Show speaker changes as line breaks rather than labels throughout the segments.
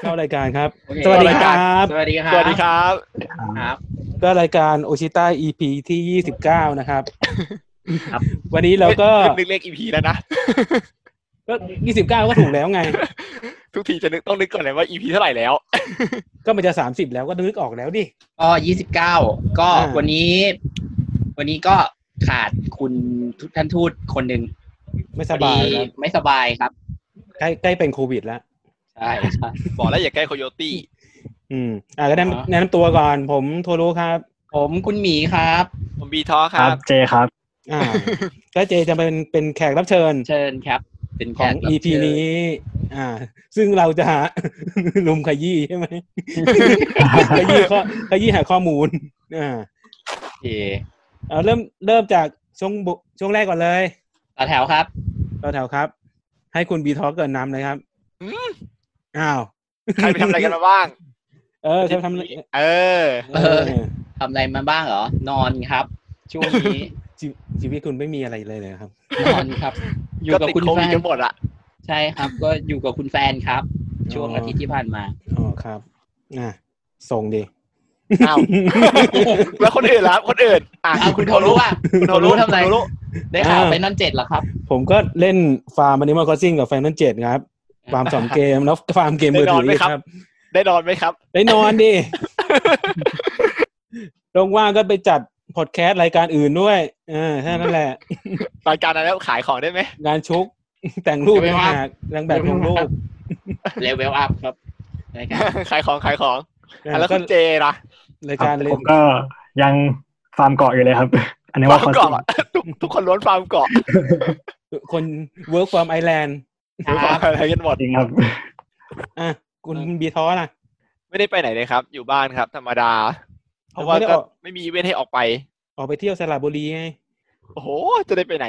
เข้ารายการครับ
โอเค
สวัสดีครับ
สวัสดีครับ
สวัสดีครับ
ครับ
ก็รายการโอชิต้า EP ที่ 29 นะครับ
ครับ
วันนี้เราก็
นึกนึกเลขอีพีแล้วนะ
ก็ 29 ก็ถูกแล้วไง
ทุกทีจะนึกต้องนึกก่อนเลยว่าอีพีเท่าไหร่แล้ว
ก็มันจะ 30 แล้วก็นึกออกแล้วดิ
ก็ยี่สิบเก้าก็
อ่า
วันนี้ วันนี้ก็ขาดคุณทุท่านทูตคนหนึ่ง
ไม่
พอบ
สา
ดี
ยแล้ว
ไม่สบายครับ
ใกล้ใกล้เป็นโควิดแล้ว
ใช่ใช่
บอกแล้วอย่าใกล้โคโยตี้
อืม อ่าก็แนะ
อ่า
นำแนะนำตัวก่อนผมโทรู้ครับ
ผมคุณหมีครับ
ผมบีทอค
ครั
รั
บบ เจครับ
อ่าก็เจจะเป็นเป็นแขกรับเชิญ
เชิญครับ เป็นแข
ของ
กรับ
EP
เชิญ
นี้ อ่า ซึ่งเราจะ ลุมขยี้ใช่ไหม ขยี้ข้อขยี้หาข้อมูล อ่า
โอเค
เอาเริ่มเริ่มจากช่วงบุช่วงแรกก่อนเลย
ต่อแถวครับ
ต่อแถวครับ ให้คุณบีทอเกินนำเลยครับ
อืม
อ้าว
ใครไปทำอะไรกันมาบ้าง
เออใครไปทำอะไร
เออ
เออ
ทำอะไรมาบ้างเหรอ นอนครับ ช่วงนี้
ชีชีวิตคุณไม่มีอะไรเลยเลยครับ
นอนครับ อยู่
ก็
กับ
ติด
คุณ
โค
แฟ
วิด
น
กันหมดละ
ใช่ครับ ก็อยู่กับคุณแฟนครับ ช่วง
อ๋ออ
อาทิตย์ที่ผ่านมา
อ๋อครับอ่ะส่งดี
อ้าว แล้วคนอื่นล่ะคนอื่น อ่ะ
อ่ะคุณโทรู้อ่ะ
คุณโทรู้
ทำอะไร
คุณโท
ได้ข่าว
อ่า
ไปนั่นเจ็ดเหรอครับ
ผมก็เล่นฟาร์มอันนี้มาคอซิ่งกับแฟนนั่นเจ็ดครับฟาร์มส องเกมแล้วฟาร์มเกมมือถืออีกครับ
ได้นอนไหมครับ
ได้นอนดิ ลงว่างก็ไปจัดพอดแคสต์รายการอื่นด้วยเอ่าแค่นั้นแหละ
ตอนการนั้นแล้วขายของได้ไหม
งานชุก แต่งรูป
ไม่
ต่าง
ว่า
หากนางแบบลงรูป
เลเวลอัพครับรายการ
ขายของขายของอ่ะแล้ว
ก็
คุณเจล่ะ
รายการเลย
ผมก็ยังฟาร์มเกาะอยู่เลยครับ อันนี้ว่า
ฟาร์ม
คอน
เกาะ
เซ็ปต์
ทุกทุกคนล้วนฟาร์มเกาะ
คน work from Ireland
ครับ
อะไรกันหมด
จริงครับ
อ่ะคุณ
เออ
คุณบีท้อล่ะ
ไม่ได้ไปไหนเลยครับ อยู่บ้านครับ ธรรมดา เพราะว่า
ไม่ได้อ
ก็
อก
ไม่มีอีเวนต์ให้ออกไป
ออกไปเที่ยวสระบุรีไง
โอ้โห จะได้ไปไหน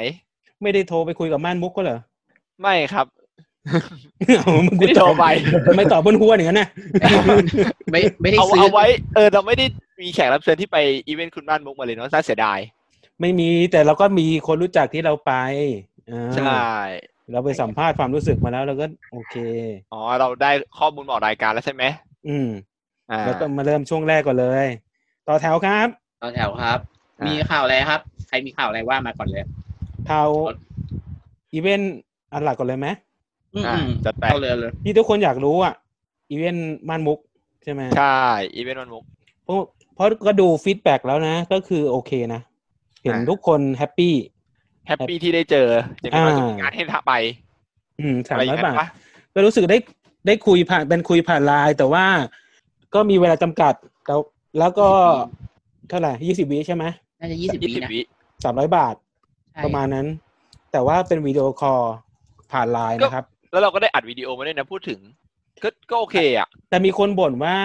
ไม่ได้โทรไปคุยกับม่านมุกก็เหรอ
ไม่ครับ
เอาง
ไม่ได้โทรไป
ทำไม่ตอบบนหัวอย่างนั้นนะ
ไม่ไม่ได้
เอา
ซื้อ
เอาไว้ เออ เราไม่ได้มีแขกรับเชิญที่ไปอีเวนต์คุณบ้านมุกมาเลยเนาะน่าเสียดาย
ไม่มีแต่เราก็มีคนรู้จักที่เราไปอ่า
ใช่
เราไปสัมภาษณ์ความรู้สึกมาแล้วเราก็โอเค
อ๋อ เราได้ข้อมูลบอกรายการแล้วใช่ไหม
อืม
อ่า
แล้วก็มาเริ่มช่วงแรกก่อนเลย ต่อแถวครับ
ต่อแถวครับ
อ่ามี
มีข่าวอะไรครับ ใครมีข่าวอะไรว่ามาก่อนเลย
แถวอีเวนต์อันหลักก่อนเลยไหม
อืม
อ่าจัดไป
เอาเลยเลย
ที่ทุกคนอยากรู้อ่ะ อีเวนต์ม่านมุกใช่ไหม
ใช่ อีเวนต์วันมุก
เพราะเพราะก็ดูฟีดแบ็กแล้วนะ ก็คือโอเคนะ เห็น
อ่า
ทุกคนแฮปปี้
แฮปปี้ที่ได้เจอ อย่างน้อยก็
อ่า
มีงานให้ทำไป
อืมสาม
อะไรอ
ร้อย่าง ย
นั้
บาน ท
ปะ
ก็รู้สึกได้ได้คุยผ่านเป็นคุยผ่านไลน์แต่ว่าก็มีเวลาจำกัด แล้วแล้วก็
20
เท่าไหร่ยี่สิบวิใช่ไหม
น่าจะยี่สิบ
ยี่
ปี
สิบ
นะ
วิ
สามร้อยบาท
ใช่
ประมาณนั้น แต่ว่าเป็นวิดีโอคอลผ่านไลน์นะครับ
แล้วเราก็ได้อัดวิดีโอมาด้วยนะพูดถึง ก็ก็โอเคอ่ะ
แต่มีคนบ่นว่า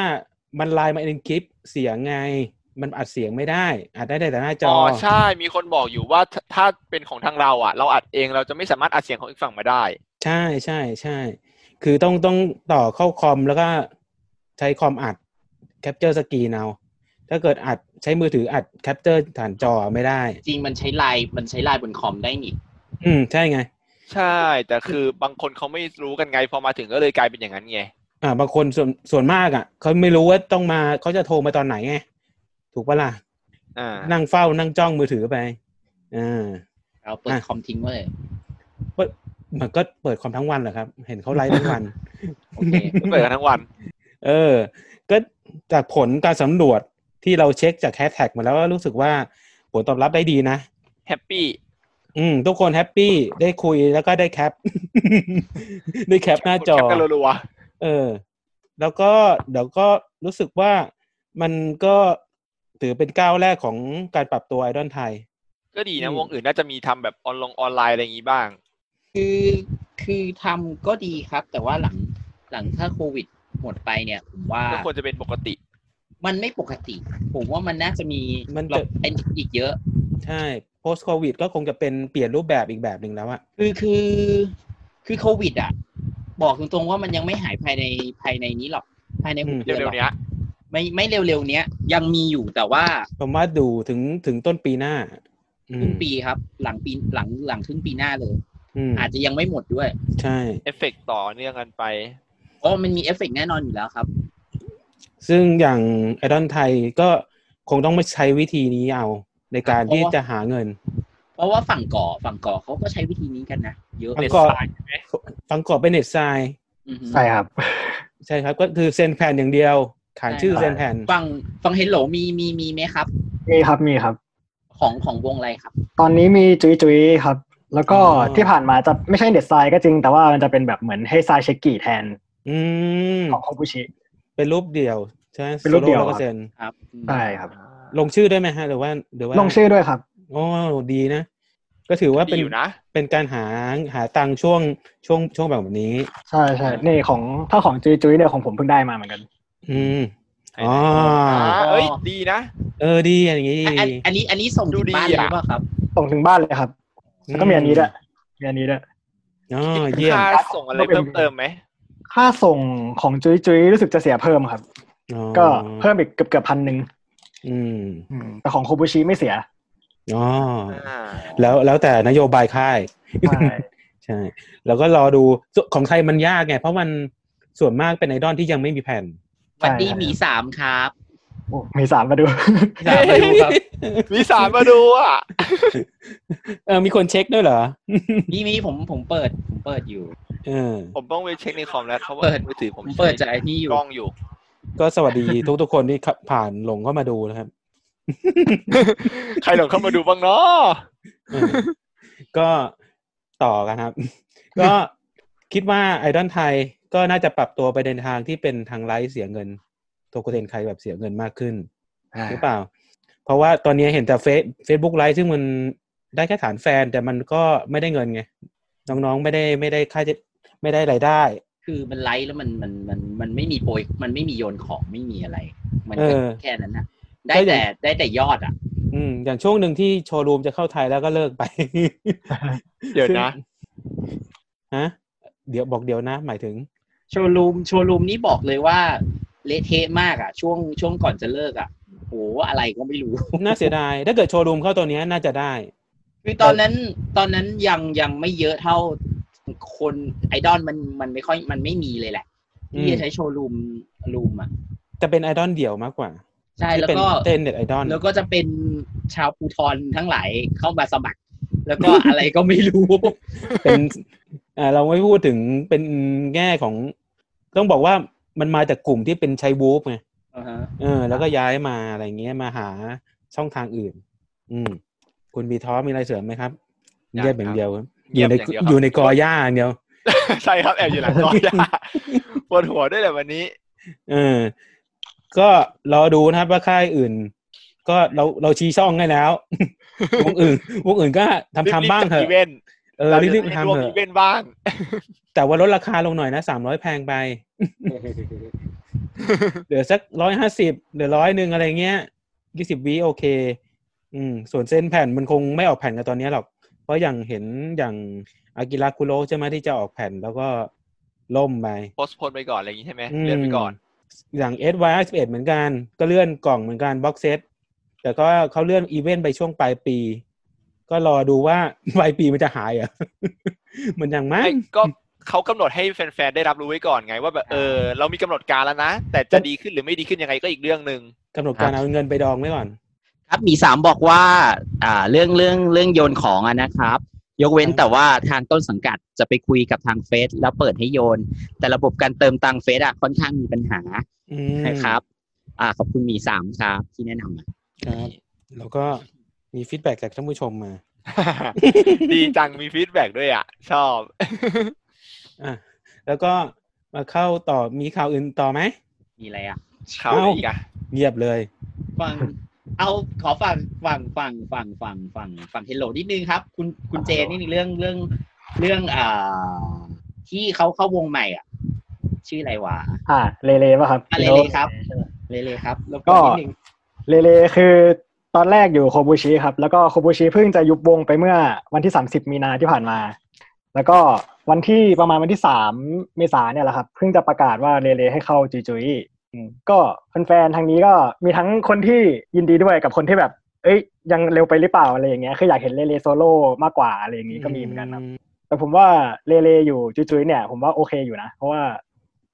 มันไลน์มาเป็นคลิปเสียงไง มันอัดเสียงไม่ได้อัดได้แต่หน้าจ
อ๋
อ
อ
อ
ใช่ มีคนบอกอยู่ว่าถ้าถ้าเป็นของทางเราอ่ะ เราอัดเองเราจะไม่สามารถอัดเสียงของอีกฝั่งมาได้
ใช่ใช่ใช่ คือต้องต้องต่อเข้าคอมแล้วก็ใช้คอมอัดแคปเจอร์สกรีนเอา ถ้าเกิดอัดใช้มือถืออัดแคปเจอร์ฐานจอไม่ได้
จริงมันใช้ไลน์มันใช้ไลน์บนคอมได้นี่
อืม ใช่ไง
ใช่ แต่คือบางคนเขาไม่รู้กันไง พอมาถึงก็เลยกลายเป็นอย่างนั้นไง
อ่า บางคนส่วนส่วนมากอ่ะเขาไม่รู้ว่าต้องมาเขาจะโทรมาตอนไหนไง ถูกปะล่ะ
อ่า
นั่งเฝ้านั่งจ้องมือถือไปอ่า
เราเปิด
อ่ะ
คอมทิ้งไว้เลย
มันก็เปิดความทั้งวันเหรอครับ เห็นเขาไลฟ์ทั้งวัน
โอเค
เปิดกันทั้งวัน
เออ ก็จากผลการสำรวจที่เราเช็คจากแฮชแท็กมาแล้วก็รู้สึกว่าผลตอบรับได้ดีนะ
แฮปปี้
อืม ทุกคนแฮปปี้ได้คุยแล้วก็ได้แคป ได้แคปหน้าจอ
แคปกันรัว
เออ แล้วก็เดี๋ยวก็รู้สึกว่ามันก็ถือเป็นก้าวแรกของการปรับตัวไอดอลไทย
ๆก็ดีนะ
อืม
วงอื่นน่าจะมีทำแบบออนลงออนไลน์อะไรอย่างงี้บ้าง
คือคือทำก็ดีครับ แต่ว่าหลังหลังถ้าโควิดหมดไปเนี่ยผมว่า
ก็ควรจะเป็นปกติ
มันไม่ปกติ ผมว่ามันน่าจะมี
มันจะ
เราเป็นอีกเยอะ
ใช่ post covid ก็คงจะเป็นเปลี่ยนรูปแบบอีกแบบหนึ่งแล้วอะ
คือคือคือโควิดอ่ะ บอกตรงๆว่ามันยังไม่หายภายในภายในนี้หรอก ภายในหกเดือนห
เร็
รอ
ว
ก
ๆเนี้ย
ไม่ไม่เร็วๆเนี้ย ยังมีอยู่แต่ว่า
ผมว่าดูถึงถึงต้นปีหน้า อืม
ครึ่งปีครับ หลังปีหลังหลังครึ่งปีหน้าเลย
อืม
อาจจะยังไม่หมดด้วย
ใช่
เอฟเฟกต์ต่อเนื่องกันไป
โอ้มันมีเอฟเฟกต์แน่นอนอยู่แล้วครับ
ซึ่งอย่างไอดอลไทยก็คงต้องไม่ใช้วิธีนี้เอา ในการที่จะหาเงิน
เพราะว่าฝั่งก่อฝั่งก่อเขาก็ใช้วิธีนี้กันนะเยอะ
ฝั่
เน็ต
งก่อ
ไซด์ใช่ไหม
ฟังกอบเป็นเน็ตไซน์
อือฮึ
ใช่ครับ
ใช่ครับ ก็คือเซ็นแผ่นอย่างเดียว ขานชื่อ
ใช่ครับ
เซ็นแผ่น
ฝั่งฝั่งเฮลโลมีมีมีไหมครับ
มีครับมีครับ
ของของวงอะไรครับ
ตอนนี้มีจุยจุยครับ แล้วก็ที่ผ่านมาจะไม่ใช่เด็ดทรายก็จริง แต่ว่ามันจะเป็นแบบเหมือนให้ทรายเช็คกี่แทน
อืม
ของโคบุชิ
เป็นรูปเดียวใช่ไหม
เป็นรูปเดียว
โซโล่แล้ก็เซ็น
ครับอืม
ใช่ครับ
ลงชื่อได้วยไหมฮะหรือว่าหรือว่า
ลงชื่อด้วยครับ
โอ้ดีนะ ก็ถือว่า
ดี
เป็น
อยู่นะ
เป็นการหาหาตังค์ช่วงช่วงช่วงแบบนี้
ใช่ใช่นี่ของถ้าของจุยจุยเนี่ยของผมเพิ่งได้มาเหมือนกัน
อืมอ๋อ
อ่าเอ้ยดีนะ
เออดีอย่างนี้
อันอัน
ดี
อันนี้อันนี้ส่ง
ดู
ถึง
ดี
บ้านเลย
อะ
หรือเปล่าครับ
ส่งถึงบ้านเลยครับ แล้วก็มีอันนี้ด้วยมีอันนี้ด้วย
อ๋อเยี่ยม
ค่าส่งอะไรเพิ่มเติมไหม
ค่าส่งของจุยจุยรู้สึกจะเสียเพิ่มครับ
อ๋อ
ก็เพิ่มอีกเกือบเกือบพันหนึ่ง
อืม
แต่ของโคบุชิไม่เสีย
อ๋อ
อ่า
แล้วแล้วแต่นโยบายค่าย
ใช่
ใช่ แล้วก็รอดูส่วนของไทยมันยากไง เพราะมันส่วนมากเป็นไอดอลที่ยังไม่มีแผ่น
วันดีหมีสามครับ
โอ้มีสามมาดู
อยากไปดูครับ
มีสารมาดูอ่ะ
เออมีคนเช็คด้วยเหรอ
นี่นี่ผมผมเปิดผมเปิดอยู่
เออ
ผมต้องไปเช็คในคอมแล้วเขาะว่า
เปิด
มือถือผ
ผม มเปิดจากไอ้นี่อยู่
กล้องอยู่
ก็สวัสดีทุกทุกๆคนที่ขับผ่านหลงเข้ามาดูนะครับ
ใครหลงเข้ามาดูบ้างเนาะ
เอ อก็ต่อกันครับ ก็คิดว่าไอดอลไทยก็น่าจะปรับตัวไปในทางที่เป็นทางไลฟ์เสียเงินโทโกเทนไคแบบเสียเงินมากขึ้น หรือเปล่า เพราะว่าตอนนี้เห็นแต่เฟซเฟซบุ๊กไลฟ์ซึ่งมันได้แค่ฐานแฟน แต่มันก็ไม่ได้เงินไง น้องๆไม่ได้ไม่ได้ค่าจะไม่ได้รายได้
คือมันไลฟ์แล้วมันมันมันมันไม่มีโปรยมันไม่มีโยนของไม่มีอะไร มัน
เอ
ก็
อ
แค่นั้นนะได้
ก็อย่าง
แต่ได้แต่ยอดอ่ะ
อืมอย่างช่วงหนึ่งที่โชว์รูมจะเข้าไทยแล้วก็เลิกไป
เดี๋ยวนะ
ฮะเดี๋ยวบอกเดี๋ยวนะ หมายถึง
โชว์รูมโชว์รูมนี่บอกเลยว่าเละเทะมากอ่ะ ช่วงช่วงก่อนจะเลิกอ่ะโหอะไรก็ไม่รู้
น่าเสียดาย ถ้าเกิดโชว์รูมเข้าตัวเนี้ยน่าจะได้
คือตอนนั้นตอนนั้นยังยังไม่เยอะเท่าคนไอดอลมันมันไม่ค่อยมันไม่มีเลยแหละ
อืม
ที่จะใช้โชว์รูมรูมอ่ะ
จะเป็นไอดอลเดี่ยวมากกว่า
ใช่
ที่
แล้ว
เป็น
ก็
เต้นเน็ตไอดอล
แล้วก็จะเป็นชาวภูทรทั้งหลายเข้ามาสมัคร แล้วก็อะไรก็ไม่รู้
เป็น อ่าเราไม่พูดถึงเป็นแง่ของ ต้องบอกว่ามันมาจากกลุ่มที่เป็นใช้วูฟไง
อ่าฮะ
เออแล้วก็ย้ายมาอะไรเงี้ยมาหาช่องทางอื่น อืม คุณมีท้อมีอะไรเสริมไหมครับ
ยัง
เงียบอย่างเดียวครับ
เงี
อยู่
ยบ
ใน
อย่างเดียวครับ
อยู่ในกอหญ้าอย่างเดียว
ใช่ครับแอบอยู่หลังกล้อง จ้ะปวดหัวด้วยแหละวันนี้
เออ ก็รอดูนะครับว่าค่ายอื่น ก็เราเราชี้ช่องให้แล้ว วงอื่นวงอื่นก็ทำทำบ้างเถอะ
รีบๆจัดอีเวนต์
เออรีบๆทำเถ
เถ
อะ
อีเวนต์บ้าง
แต่ว่าลดราคาลงหน่อยนะสามร้อยแพง ไป เหลือสักร้อยห้าสิบเหลือร้อยหนึ่งอะไรเงี้ยยี่สิบวิโอเค อืม ส่วนเส้นแผ่นมันคงไม่ออกแผ่นกันตอนเนี้ยหรอก เพราะอย่างเห็นอย่างอากิระคุโรใช่ไหมที่จะออกแผ่นแล้วก็ล่มไป
โพสต์พนไปก่อนอะไรอย่างนี้ใช่ไหม
อืม
เลื่อนไปก่อน
อย่างเอสวายสิบเอ็ดเหมือนกัน ก็เลื่อนกล่องเหมือนกันบ็อกเซตแต่ก็เขาเลื่อนอีเวนต์ไปช่วงปลายปี ก็รอดูว่า ปลายปีมันจะหายเหรอ มันยังมั้ง
ไม่ก็เขากำหนดให้แฟนๆ ได้รับรู้ไว้ก่อนไง ว่าแบบเออ เรามีกำหนดการแล้วนะ แต่จะดีขึ้นหรือไม่ดีขึ้นยังไงก็อีกเรื่อง หนึ่ง
กำหนดการเอาเงินไปดองไว้ก่อน
ครับหมีสามบอกว่า อ่า เรื่องเรื่องเรื่องโยนของอะนะครับ ยกเว้นแต่ว่าทางต้นสังกัดจะไปคุยกับทางเฟซแล้วเปิดให้โยน แต่ระบบการเติมตังค์เฟซอะค่อนข้างมีปัญหา
อืม
นะครับ อ่าขอบคุณหมีสามครับที่แนะนำมา
ครับ แล้วก็มีฟีดแบ็กจากท่านผู้ชมมา
ดีจังมีฟีดแบ็กด้วยอ่ะ ชอบ
อ่ะแล้วก็มาเข้าต่อมีข่าวอื่นต่อไหม
มีอะไรอะ
ข่าวอะไรอีกอ่ะ
เงียบเลย
ฝั่งเอาขอฝั่งฝั่งฝั่งฝั่งฝั่งฝั่งฝั่งเฮลโลนิดนึงครับ คุณคุณเจนี่เรื่องเรื่องเรื่องอ่าที่เขาเข้าวงใหม่อ่ะ ชื่ออะไรวะ
อ่าเลเลป่ะครับ
อะเลเลครับเลเลครับ แล้วก็
ก็
นิดนึง
เลเลคือตอนแรกอยู่โคบูชิครับ แล้วก็โคบูชิเพิ่งจะยุบวงไปเมื่อวันที่ 30 มีนาที่ผ่านมา แล้วก็วันที่ประมาณวันที่ 3 เมษาเนี่ยแหละครับ เพิ่งจะประกาศว่าเลเลให้เข้าจุยจุยอืมก็แฟนๆทางนี้ก็มีทั้งคนที่ยินดีด้วยกับคนที่แบบ เอ้ยยังเร็วไปหรือเปล่าอะไรอย่างเงี้ยคืออยากเห็นเลเลโซโล่มากกว่าอะไรอย่างงี้ก็มีเหมือนกันครับ แต่ผมว่าเลเลอยู่จุยๆเนี่ย ผมว่าโอเคอยู่นะ เพราะว่า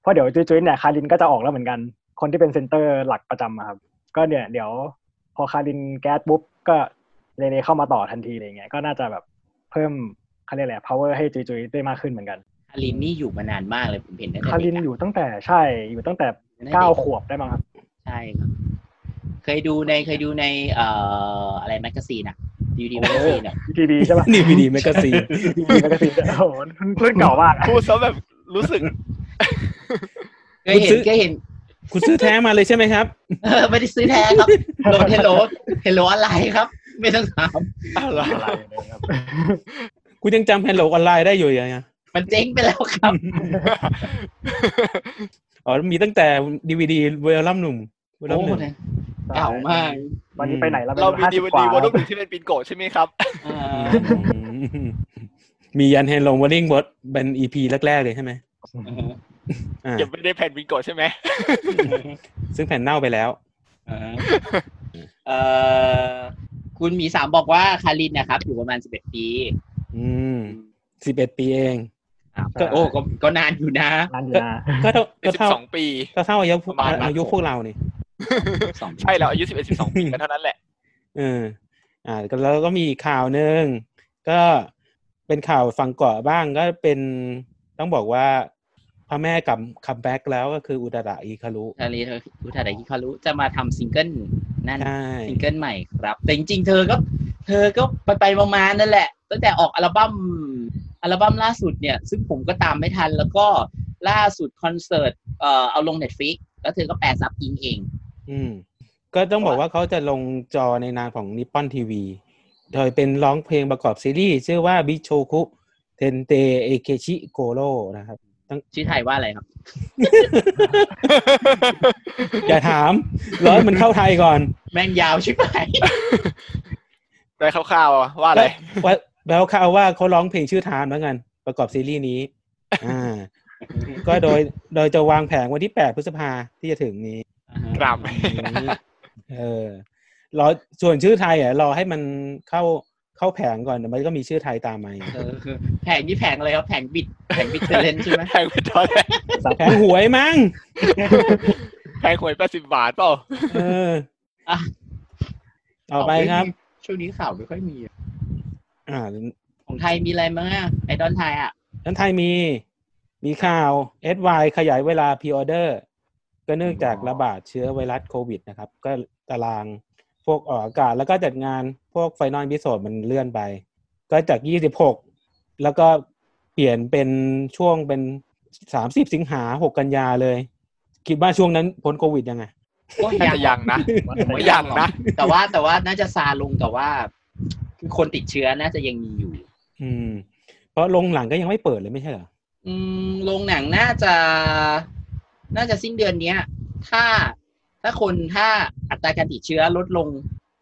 เพราะเดี๋ยวจุ้ยๆเนี่ยคารินก็จะออกแล้วเหมือนกัน คนที่เป็นเซนเตอร์หลักประจำอะครับ ก็เนี่ยเดี๋ยวพอคารินแก๊สปุ๊บก็เรเนเข้ามาต่อทันทีอะไรเงี้ยก็น่าจะแบบเพิ่มเขาเรียกอะไร power ให้จุ้ยๆได้มากขึ้นเหมื อนกัน
คารินนี่อยู่มานานมากเลยผมเห็นตั้งแต่
คาริน
เด็กะ
อยู่ตั้งแต่ใช่อยู่ตั้งแต่เก้าขวบได้มั้งครับ
ใช่ครับ เคยดูในเคยดูในเอ่ออะไรแมกกาซีนอะยูดีแมกกาซีนอะ
ดีดีใช่ปะ
ดีวีดีแมกกาซีน
ดีดีแล้วก็ติดโอ้โหเพื่อนเก่ามากอะ
พูดซะแบบรู้สึก
เคยเห็น
คุณซื้อ
เคยเห็น
คุณซื้อแท้มาเลยใช่ไหมครับ
เออไม่ได้ซื้อแท้ครับโหลดเฮลโหลเฮลโหลอะไรครับ ไม่ต้องถาม
อะไร
อะไรเลยครับ
คุณยังจำแฮนโลออนไลน์ได้อยู่ยังไง
มันเจ๊งไปแล้วครับ
อ๋อมีตั้งแต่ดีวีดีเวลลัมหนุ่มเวลลัม
โอ้
ห
โห
นึ่ง
เนี่ย เก่ามาก
ตอนนี้ไปไหนแล้ว
เรามีดีว
ก
ดีวั
ว่า
นรุ่งที่เป็นปินโกะใช่ไหมครับ
เอ่อ
อืม มียันแฮนด์ลงวอลลิงบอสเป็นอีพีแรก ๆ เลยใช่ไหม
เออ
อ่า
เก็บไม่ได้แผ่นปินโกะใช่ไหม
ซึ่งแผ่นเน่าไปแล้ว
เออเออคุณหมีสามบอกว่าคารินเนะครับ อยู่ประมาณสิบเอ็ดปี
อืมสิบเอ็ดปีเอง
ก็โอ้ก็ก็นานอยู่นะ
ร้านอยู่นะ
ก็เท่าก็
สิบ
เท่า
สองปี
ก็เท่าอายุ
ประมาณนั้น
อายุพวกเรานี่
สอง
ใช่แล้วอายุสิบเอ็ดสิบสองปีกันเท่านั้ นแหละ
เอออ่าก็แล้วก็มีข่าวหนึ่งก็เป็นข่าวฝั่งเกาะบ้างก็เป็นต้องบอกว่าพระแม่กลับคัมแบ็กแล้วก็คืออุดาดะอิคารุ
คารินอุทาไดคิคารุจะมาทำซิงเกิลนั่น
ใช่
ซิงเกิลใหม่ครับ แต่จริงๆ เธอก็ เธอก็ไปไปๆมาๆนั่นแหละ ตั้งแต่ออกอัลบั้มอัลบั้มล่าสุดเนี่ย ซึ่งผมก็ตามไม่ทัน แล้วก็ล่าสุดคอนเสิร์ตเอ่อเอาลงเน็ตฟิกแล้วเธอก็แปลซับอิงเอง
อืม ก็ต้องบอกว่าเขาจะลงจอในนามของนิปปอนทีวี โดยเป็นร้องเพลงประกอบซีรีส์ชื่อว่าบิโชคุเทนเตเอเคชิโกโร นะครับ
ชื่อไทยว่าอะไรครับ
อย่าถามร้อยมันเข้าไทยก่อน
แม่งยาวชิบหาย
ได้คร่าวๆอะว่าอะไร
ว่าแล้วเขาเอาว่าเขาร้องเพลงชื่อทามแล้วกัน ประกอบซีรีส์ นี้ อ่า ก็โดยโดยจะวางแผงวันที่ 8 พฤษภาที่จะถึง นี้
ครับ
เออรอส่วนชื่อไทยอ่ะรอให้มันเข้าเข้าแผงก่อนเดี๋ยวมันก็มีชื่อไทยตามมาเอง
เออแผงนี่แผงอะไรครับ แผงบิด แผงบิดเทเลนใช่ไหม
แพงไปตอนแรก
แผงหวยมั้ง
แพงหวยแปดสิบบาทเป ล่า
เอออ่ะต่อไปครับ
ช่วงนี้ข่าวไม่ค่อยมี
อ่า
ของไทยมีอะไรมั้งอะไอดอนไทยอ่ะ
ทั้นไทยมี มีข่าว SY ขยายเวลาพ r ออเดอร์ ก็เนื่องจาก
อ๋อ
ระบาดเชื้อไวรัสโควิดนะครับ ก็ตารางพวกออกอากาศแล้วก็จัดงานพวกไฟนอลพิโซดมันเลื่อนไป ก็จาก 26 แล้วก็เปลี่ยนเป็นช่วงเป็น 30 สิงหา 6 กันยาเลย คิดว่าช่วงนั้นพ้นโควิดยังไง
โอ้
น่าย
ยาว
จะยังนะ ผมว่ายังนะ
แต่ว่าแต่ว่าน่าจะซาลงแต่ว่าคือคนติดเชื้อน่าจะยังมีอยู่
อืม เพราะลงหลังก็ยังไม่เปิดเลยไม่ใช่เหรอ
อืมโรงหนังน่าจะ น่าจะสิ้นเดือนเนี้ย ถ้าถ้าคนถ้าอัตราการติดเชื้อลดลง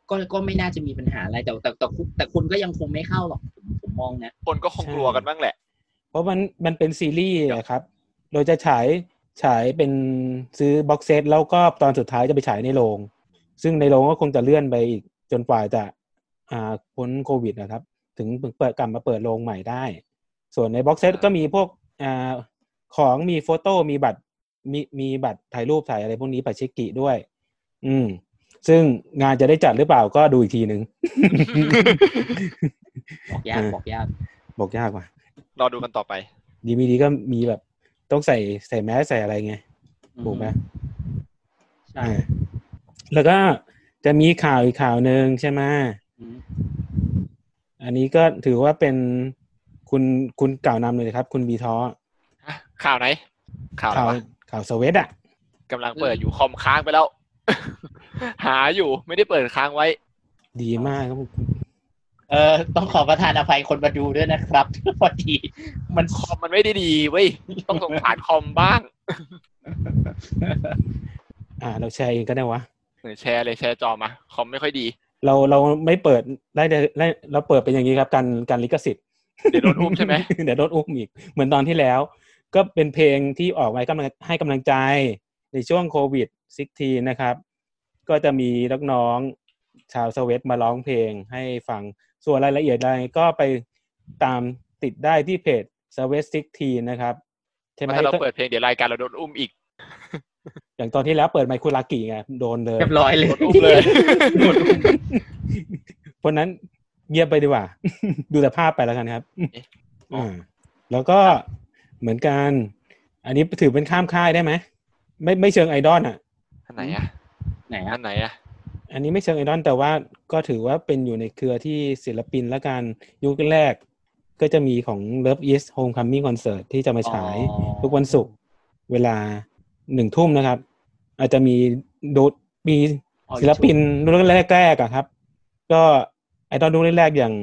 ก็ก็ไม่น่าจะมีปัญหาอะไรแต่แต่แต่แต่แต่คนก็ยังคงไม่เข้าหรอกผมผมมองนะ
คนก็คงกลัวกันบ้างแหละ
เพราะมันมันเป็นซีรีส์นะครับ โดยจะฉายฉายเป็นซื้อบ็อกเซตแล้วก็ตอนสุดท้ายจะไปฉายในโรง ซึ่งในโรงก็คงจะเลื่อนไปอีกจนกว่าจะอ่าพ้นโควิดนะครับ ถึงเปิดกลับมาเปิดโรงใหม่ได้ ส่วนในบ็อกเซตก็มีพวกอ่าของมีโฟโต้มีบัตรมีมีบัตรถ่ายรูปถ่ายอะไรพวกนี้บัตรเช็คกิด้วย อืม ซึ่งงานจะได้จัดหรือเปล่าก็ดูอีกทีห นึ่ง
บอกยาก
เออ
บอกยาก
บอกยากว่ะ
รอดูกันต่อไป
ดีไม่ดีก็มีแบบต้องใส่ใส่แมสใส่อะไรไงถูกไหม
ใช่
อ่าแล้วก็จะมีข่าวอีกข่าวหนึ่งใช่ไหม
อืม
อันนี้ก็ถือว่าเป็นคุณคุณกล่าวนำเลยนะครับ คุณบีท้อ
ข่าวไหน ข่าวอะไร
ข่าว
วะ
ข่าวสเวตอ่ะ
กำลังเปิดอยู่คอมค้างไปแล้ว หาอยู่ไม่ได้เปิดค้างไว้
ดีมากครับ
เออต้องขอประทานอภัยคนมาดูด้วยนะครับ พอดีมัน
คอมมันไม่ได้ดีเว้ยต้องสงสารคอมบ้าง
อ่า เราแชร์เองก็ได้วะ
เออแชร์เลยแชร์จอมา คอมไม่ค่อยดี
เราเราไม่เปิดได้ได้ได้เราเปิดเป็นอย่างนี้ครับการการลิขสิทธิ์
เดี๋ยวโดนอุ้มใช่ไหม
เดี๋ยวโดนอุ้มอีก เหมือนตอนที่แล้ว ก็เป็นเพลงที่ออกไว้กำลังให้กำลังใจในช่วงโควิด16นะครับ ก็จะมีน้องๆชาวสเวตมาร้องเพลงให้ฟัง ส่วนรายละเอียดอะไรก็ไปตามติดได้ที่เพจสเวต16นะครับ ใช่ไหม
ถ้าเราเปิดเพลงเดี๋ยวรายการเราโดนอุ้มอีก
อย่างตอนที่แล้วเปิดไมคุรากิไงโดนเลย
เรียบร้อยเลย
โดนอุ้ม เลย
เพราะฉะนั้นเงียบไปดีกว่า ดูแต่ภาพไปแล้วกันครับอ่าแล้วก็เหมือนกัน อันนี้ถือเป็นข้ามค่ายได้ไหมไม่ไม่เชิงไอดอลอ่ะ
อันไหนอ่ะ
ไหน
อั
อะ
นไหนอ่ะ
อันนี้ไม่เชิงไอดอลแต่ว่าก็ถือว่าเป็นอยู่ในเครือที่ศิลปินและการยุคแรก ก็จะมีของ Love Is Homecoming Concert ที่จะมาฉาย
อ๋อ
ทุกวันศุกร์เวลาหนึ่งทุ่มนะครับ อาจจะมีโดดมี
อ๋อ
ศิลปินรุ่นแรกๆอะครับ ก็ไอดอลรุ่นแรกๆอย่าง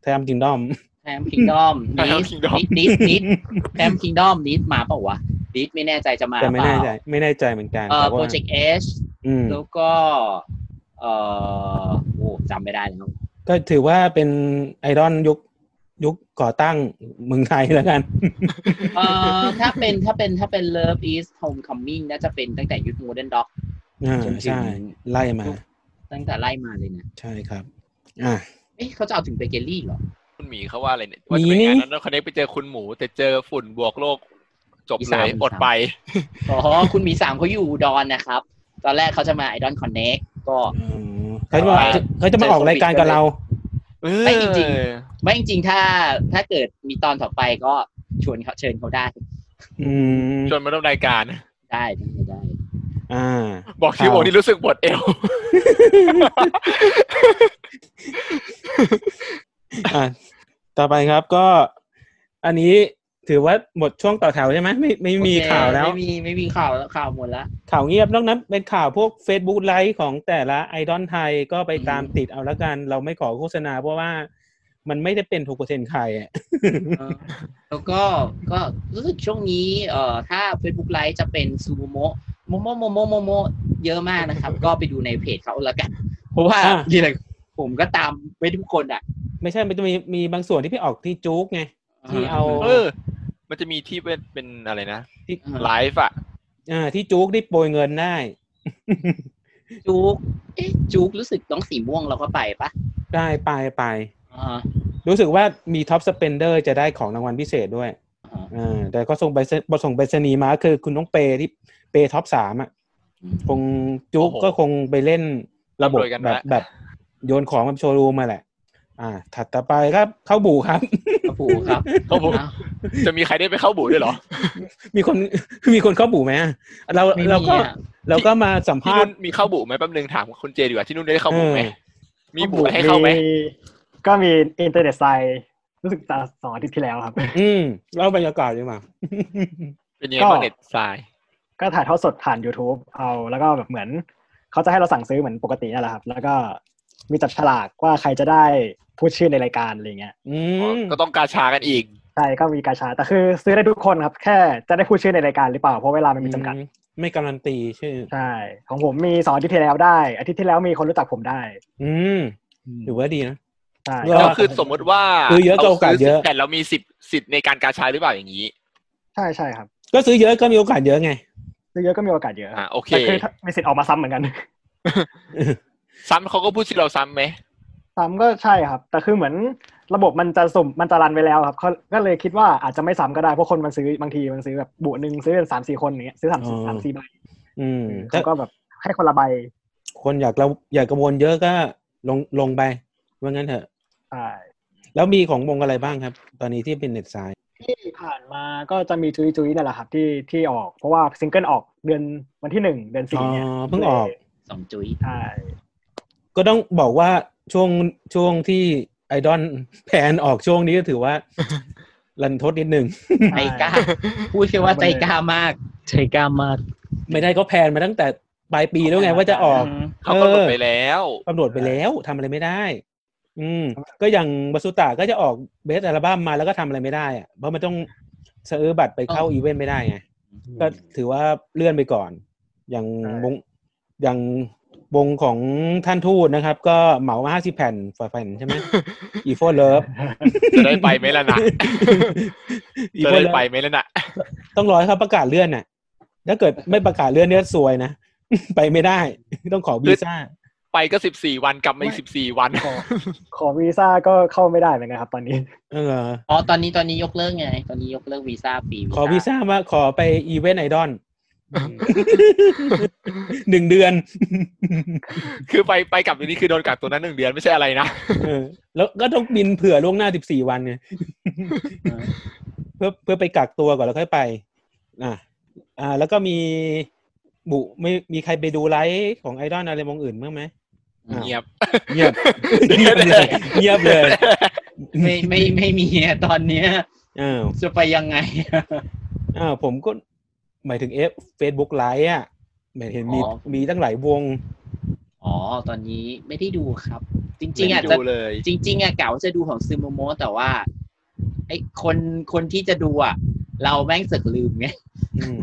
ไทม์จิงดอม
แทมคิงดอม
ไอ้
นิ
ทั้ง
ส
คิงดอม
นิสนิสแทมคิงดอมนิสมาเปล่าวะนิสไม่แน่ใจจะมา
แต่ไม่
เป
แน่
ล่า
ใจไม่แน่ใจเหมือนกัน
เอ่อ
แต่
โปร
ว่า
เจกต์เอช
อืม
แล้วก็ เอ่อโอ้จำไม่ได้แล้ว
ก็ถือว่าเป็นไอดอลยุคยุคก่อตั้งเมืองไทยแล้วกัน
เอ่ อถ้าเป็นถ้าเป็นถ้าเป็น Love is Homecoming น่าจะเป็นตั้งแต่ยุค Modern Dog
อ่า
จนถึง
ใช่ ไล่มา
ตั้งแต่ไล่มาเลยนะ
ใช่ครับ อ่ะ
เอ๊ะเขาจะเอาถึงเบเกอรี่เหรอ
คุณหมีเขาว่าอะไรเนี่ยว่า
หมี
จะไป
นี่
งานนั้นแล้วคนนี้ไปเจอคุณหมู แต่เจอฝุ่นบวกโลก จบ
อี
เล
สาน
ย
อีสาน
อดไป
อ๋อคุณหมีสามเขาอยู่อุดอนนะครับ ตอนแรกเขาจะมาไอดอนคอนเน็กก็
อืมเขาจะมา
แต่ว่า
เขาจะมาออกรายการกับเรา
ไม่จริง
เออ
ไม่จริงๆถ้าถ้าเกิดมีตอนต่อไปก็ชวนเขาเชิญเขาได้
อืม
จนมาร่วมรายการ
ได้ได้ได้
อ่า
บอกชื่
ค
อ
รับ
วงนี่รู้สึกปวดเอว
อ่ะต่อไปครับก็ อันนี้ถือว่าหมดช่วงต่อแถวใช่ไหมไม่ไม่มี
โอเค
ข่าวแล้ว
ไม่มีไม่มีข่าวแล้วข่าวหมดละ
ข่าวเงียบนอกนั้นเป็นข่าวพวก Facebook ไลฟ์ของแต่ละไอดอลไทยก็ไปตามติดเอาละกัน เราไม่ขอโฆษณาเพราะว่ามันไม่ได้เป็นถูกกว่าเซนใครอ่ะ
เออแล้วก็ก็รู้สึกช่วงนี้เอ่อถ้า Facebook ไลฟ์จะเป็นซูโมะโมโมโมโมโมโมเยอะมากนะครับ ก็ไปดูในเพจเขาละกัน เพราะว่า
อ่ะ
นี่แหละผมก็ตามไปทุกคนอ่ะ
ไม่ใช่มันจะมีมีบางส่วนที่ไปออกที่จุกไง ที่เอา
เออ มันจะมีที่เป็นเป็นอะไรนะ
ที่
ไลฟ์อ่ะ
อ่าที่จุกได้โปรยเงินได้
จุกเอ๊ะจุกรู้สึกน้องสีม่วงเราก็ไปปะ
ได้ไปไป
อ่า
รู้สึกว่ามีท็อปสเปนเดอร์จะได้ของรางวัลพิเศษด้วย
อ่าฮะ
อ่าแต่ก็ส่งไปบทส่งไปรษณีย์มาคือคุณต้องเปย์ที่เปย์ท็อปสามอ่ะ คงจุ๊ก
โอ้โห
ก็คงไปเล่นระบบ
ร่ำรวยกัน
แบ
นะ
บแบบโยนของแบบโชว์รูมมาแหละ อ่า ถัดต่อไปครับเข้าบู่ครับ
กระปูครับ
เขาบอก
อ้าว
จะมีใครได้ไปเข้าบูธด้วยเหรอ
มีคน มีคนเข้าบู่ไหมอะเรา
ไม่มี
เราก็
อะ
เราก็มาสัม
ที่
ภา
นุ่
ษ
น
ณ์
มีเข้าบูธไหมแป๊บนึงถามคุณเจดีกว่าที่นุ่นได้เข้าบูธไหม
เออ
มีบูธให้เข้าไหม
ก็มีอินเทอร์เน็ตไซด์รู้สึกจะสองอาทิตย์ที่แล้วครับ
อืมเล่าบรรยากาศดีกว่า
เป็นยังไงบ้างเน็ตทราย
ก็ถ่ายทอดสดผ่าน YouTube เอาแล้วก็แบบเหมือน เขาจะให้เราสั่งซื้อเหมือนปกตินั่นแหละครับ แล้วก็มีจับฉลากว่าใครจะได้พูดชื่อในรายการอะไรเงี้ย
อืม
ก็ต้องกาชากันอีก
ใช่ก็มีกาชาแต่คือซื้อได้ทุกคนครับ แค่จะได้พูดชื่อในรายการหรือเปล่าเพราะเวลามันมีจำกัด
อืมไม่การันตีชื่อ
ใช่ของผมมีสองอาทิตย์ที่แล้วได้ อาทิตย์ที่แล้วมีคนรู้จักผมได้
อืมถือว่าดีนะ
ใช่
ก็
ก็คือสมมติว่า
คือเยอะก็โอกาส
ซื้
เยอะ
แต่เรามีสิทธิ์สิทธิ์ในการกาชาหรือเปล่าอย่างนี้
ใช่ใช่ครับ
ก็ซื้อเยอะก็มีโอกาสเยอะไง
ซื้อเยอะก็มีโอกาสเยอะ
อ่าโอเค
แต่คือถ้ามีสิทธิ์ออกมาซ้ำเหมือนกัน
ซ้ำเขาก็พูดชื่อเราซ้ำไหม
ซ้ำก็ใช่ครับ แต่คือเหมือนระบบมันจะสุ่มมันจะรันไปแล้วครับเขาก็เลยคิดว่าอาจจะไม่ซ้ำก็ได้เพราะคนมันซื้อบางทีมันซื้อแบบบุหนึ่งซื้อเป็นสามสี่คนอย่างเงี้ยซื้อสาม
อ๋
สี่
อ
สามสี่ใบ
อืมถ้า
เขาก็แบบให้คนละใบ
คนอยากเราอยากกังวลเยอะก็ลงลงไปว่างั้นเถอะ
ใช่
แล้วมีของวงอะไรบ้างครับ ตอนนี้ที่เป็นเน็ตไซด์
ที่ผ่านมาก็จะมีจุยจุยนั่นแหละครับที่ที่ออก เพราะว่าซิงเกิลออกเดือนวันที่หนึ่งเดือน
อ๋
สี่
อ
เนี่ย
เพิ่งออก
สองจุย
ใช่
ก็ต้องบอกว่าช่วงช่วงที่ไอด อลแพนออกช่วงนี้ก็ถือว่า ลันทดนิดหนึ่ง
ใจกล้า พูดแค่ว่าใจกล้ามาก ใจกล้ามาก
ไม่ได้ก็แพนมาตั้งแต่ปลายปีแล้วไงว่าจะอ อก
เขากำหนดไปแล้ว
กำหนดไปแล้วทำอะไรไม่ได้ อืม ก็อย่างบาสุตาก็จะออกเบสอัลบั้มมาแล้วก็ทำอะไรไม่ได้อะเพราะมันต้องซื้อบัตรไปเข้าอีเวนต์ไม่ได้ไง ก็ถือว่าเลื่อนไปก่อน อย่างวงอย่างวงของท่านทูตนะครับ ก็เหมามาห้าสิบแผ่นฝ่าแผ่นใช่ ไหม อีโฟเลิฟ
จะได้ไปไหมล่ะ นะ
อี
จะ
โฟ
ได้
เลิฟ
ไปไหมล่ะนะ
ต้องรอให้เขาประกาศเลื่อน น่ะ ถ้าเกิดไม่ประกาศเลื่อนเนี่ยซวยนะ ไปไม่ได้ ต้องขอวีซ่า
ไปก็สิบสี่วันกลับมาอีกสิบสี่วัน
ขอขอวีซ่าก็เข้าไม่ได้เหมือนกันครับ ตอนนี้
เออเหรอ
อ๋อตอนนี้ตอนนี้ยกเลิกไง ตอนนี้ยกเลิกวีซ่าฟรี
ขอวีซ่ามาขอไปอีเวนต์ไอดอล หนึ่งเดือน
คือไปไปกลับอยู่นี่คือโดนกักตัวนั้นหนึ่งเดือนไม่ใช่อะไรนะ
เออแล้วก็ต้องบินเผื่อล่วงหน้า 14 วันไงเพื่อเพื่อไปกักตัวก่อนแล้วค่อยไป อ่าอ่า แล้วก็มีบุไม่มีใครไปดูไลฟ์ของไอดอลอะไรมองอื่นบ้างไหมอ่ะ
เงียบ
เงียบ เงียบเลยเงียบเลย
ไม่ไม่ไม่มีอะตอนเนี้ย
อ้าว
จะไปยังไง
อ้าวผมก็หมายถึงเอฟเฟซบุ๊กไลฟ์อ่ะหมายเห็นมี
อ๋อ
มีตั้งหลายวง
อ๋อ ตอนนี้ไม่ได้ดูครับ จริ
ไม่
ง ๆ
ได้
อ่ะจะ
ดูเลย
จริง ๆอ่ะเก่าจะดูของซึโมโมะแต่ว่าไอ้คนคนที่จะดูอ่ะ เราแม่งสึกลืมไง
อืม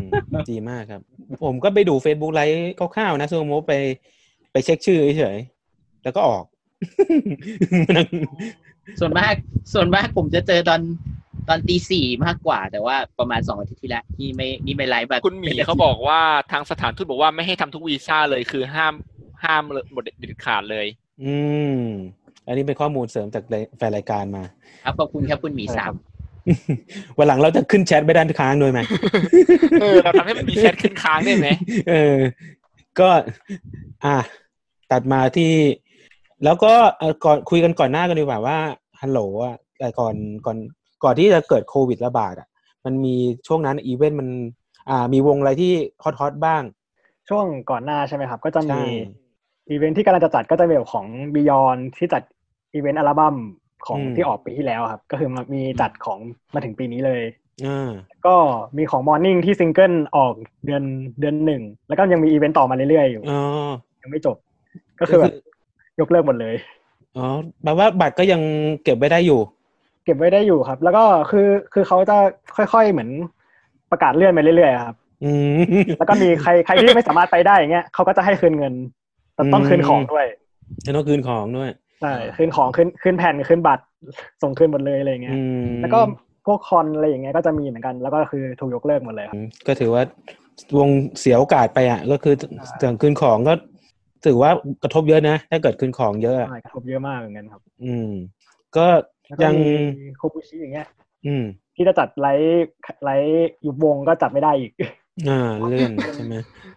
ดีมากครับ ผมก็ไปดู Facebook ไลฟ์คร่าวๆนะซูโมไปไปเช็คชื่อเฉยๆแล้วก็ออก
ส่วนมากส่วนมากผมจะเจอตอนตอนตีสี่มากกว่า แต่ว่าประมาณสองอาทิตย์ที่แล้วนี่ไม่นี่ไม่ไลฟ์แบบ
คุณหมีเขาบอกว่าทางสถานทูตบอกว่าไม่ให้ทำทุกวีซ่าเลยคือห้ามห้ามเลยหมดเด็ดขาดเลย
อืม อันนี้เป็นข้อมูลเสริมจากแฟนรายการมา
ครับขอบคุณครับคุณหมีสาม
วันหลังเราจะขึ้นแชทไปด้านค้างด้วยไหม
เออเราทำให้มันมีแชทขึ้นค้าง ได้ไหม
เออ ก็ อ่ะตัดมาที่ แล้วก็เอ่อก่อนคุยกันก่อนหน้ากันดีกว่าว่าฮัลโหลอ่ะเอ่อก่อนก่อนก่อนที่จะเกิดโควิดระบาดอ่ะ มันมีช่วงนั้นอีเวนต์มัน อ่า มีวงอะไรที่ฮอตฮอตๆบ้าง
ช่วงก่อนหน้าใช่ไหมครับ ก็จะ
ใช่
มีอีเวนท์ที่กำลังจะจัดก็จะมีแบบของบิยอนที่จัดอีเวนต์อัลบั้มของ
อืม
ที่ออกปีที่แล้วครับ ก็คือมามีจัดของมาถึงปีนี้เลย
อ่า
ก็มีของมอร์นิ่งที่ซิงเกิลออกเดือนเดือนหนึ่ง แล้วก็ยังมีอีเวนต์ต่อมาเรื่อยๆอยู่
อ๋อ
ยังไม่จบ ก็คือแบบยกเลิกหมดเลย
อ๋อแปลว่าบัตรก็ยังเก็บไว้ได้อยู่
เก็บไว้ได้อยู่ครับ แล้วก็คือคือเขาจะค่อยๆเหมือนประกาศเลื่อนไปเรื่อยๆครับ
อืม
แล้วก็มีใครใครที่ไม่สามารถไปได้อย่างเงี้ยเขาก็จะให้คืนเงินแต่ต้องคืนของด้วย
แล้วก็คืนของด้วย
ใช่คืนของคืนคืนแผ่นคืนบัตรส่งคืนหมดเลยอะไรอย่างเงี้ย
อืม
แล้วก็พวกคอนอะไรอย่างเงี้ยก็จะมีเหมือนกัน แล้วก็คือถูกยกเลิกหมดเลยครับ
ก็ถือว่าวงเสียโอกาสไปอ่ะ ก็คือเรื่องคืนของก็ถือว่ากระทบเยอะนะ ถ้าเกิดคืนของเยอะอะ
ใช่กระทบเยอะมากเหมือนกันครับ
อืม ก็
แล้วก็
ยัง
มีโคบุชิอย่างเงี้ย
อืม
ที่จะจัดไลฟ์ไลฟ์ยุบวงก็จัดไม่ได้อีก
อ่าเลื่อน ใช่ไหม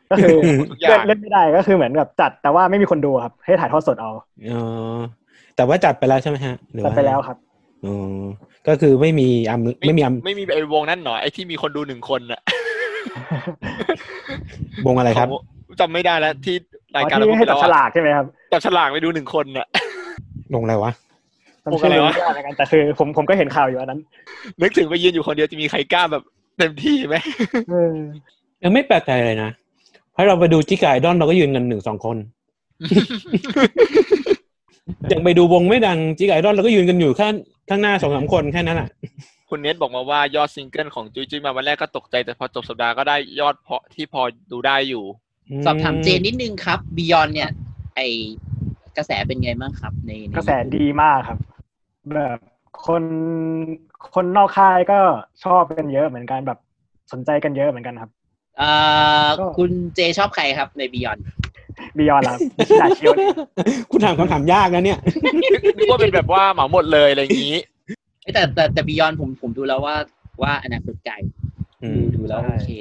ก็คือ
ทุกอ
เล่
ย่าน ง
เล่นไม่ได้ก็คือเหมือนแบบจัดแต่ว่าไม่มีคนดูครับ ให้ถ่ายทอดสดเอา
อ๋อแต่ว่าจัดไปแล้วใช่ไหมฮะหรือ
จัดไปแล้วครับ
อ๋อก็คือไม่มีอัมไม่มีอัม
ไม่มีไอ้วงนั่นหน่อยไอ้ที่มีคนดูหนึ่งคนอะ
วงอะไรครับ
ของจำไม่ได้แล้วที่รายการเรา
ที่
พูด
ให้
ไป
จั
แล้
บ
ว
ฉ
อะ
ลากใช่ไหมครับ
จับฉลากไปดูหนึ่งคนอะ
วงอะไรวะ
จำชื่อ
พวกอะไรวะ
ไม่ได้เหมือนกันแต่คือผมผมก็เห็นข่าวอยู่อัน นั้น
นึกถึงไปยืนอยู่คนเดียวจะมีใครกล้าแบบเต็มที่ไหม
เออ
เออไม่แปลกใจเลยนะ เพราะเราไปดูจิกายดอนเราก็ยืนกันหนึ่งสอง คน อย่างไปดูวงไม่ดังจิกายดอนเราก็ยืนกันอยู่แค่ข้างหน้าสองสามคนแค่นั้นแหละ
คุณเน็ตบอกมาว่ายอดซิงเกิลของจุ้ยจุ้ยมาวันแรกก็ตกใจแต่พอจบสัปดาห์ก็ได้ยอดพอที่พอดูได้อยู่
สอบถามเจนนิดนึงครับบิยอนเนี่ย ไอกระแสเป็นไงบ้างครับ ในใน
กระแสดีมากครับ แบบคนคนนอกค่ายก็ชอบกันเยอะเหมือนกันแบบสนใจกันเยอะเหมือนกันครับ
เอ่อคุณเจชอบใครครับในบิยอน
บียอนครับชิดาชิโอ
คุณถามคำถามยากนะเนี่ย
นึกว่าเป็นแบบว่าเหมาหมดเลยอะไรอย่างนี้
เอ้ยแต่แต่แต่บิยอนผมผมดูแล้วว่าว่าอนาคตไกล
อืม
ดูดูแล้วโอเค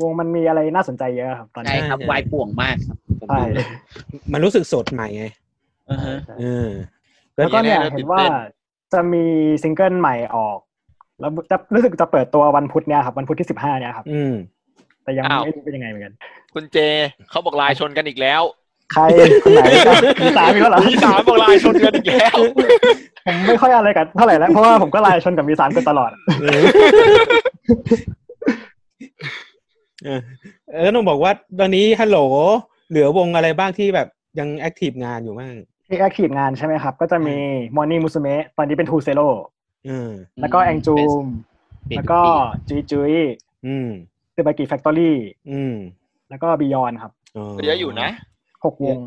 วงมันมีอะไรน่าสนใจเยอะครับ ตอน
ใช่
นี้
ครับ
ใช่
วายป่วงมากครับผม
ใช่
ดูแล้ว
มันรู้สึกสดใหม่ไง
อ่าฮะ
เออ
แล้วก็เนี่ย
เห็นแล้ว
เห็นว่า
ตื่นเต้
จะมีซิงเกิลใหม่ออก แล้วจะรู้สึกจะเปิดตัววันพุธเนี่ยครับวันพุธที่สิบห้าเนี่ยครับ
อืม
แต่ยัง
อ้าว
ไม่รู้เป็นยังไงเหมือนกัน
คุณเจเขาบอกลายชนกันอีกแล้ว
ใครคนไห นมีสามีเขาเหรอ
มีสามบอกลายชนกันอีกแล้ว
ผมไม่ค่อยอะไรกันเท่าไหร่แล้วเพราะว่าผมก็ไลน์ชนกับมีสามกันตลอด
เออเออเออต้องบอกว่าตอนนี้ฮัลโหล เหลือวงอะไรบ้างที่แบบยังแอคทีฟงานอยู่บ้าง
ที่แอคทีฟงานใช่ไหมครับ ก็จะมี Morning Musume ตอนนี้เป็น Two Zero
เออ
แล้วก็ a n g จูม
เป็น
แล้วก็จุยจุย
อืม
ซึบากิแฟคทอรี่
อืม
แล้วก็บียอนครับ
เยอะอยู่นะ
หกวง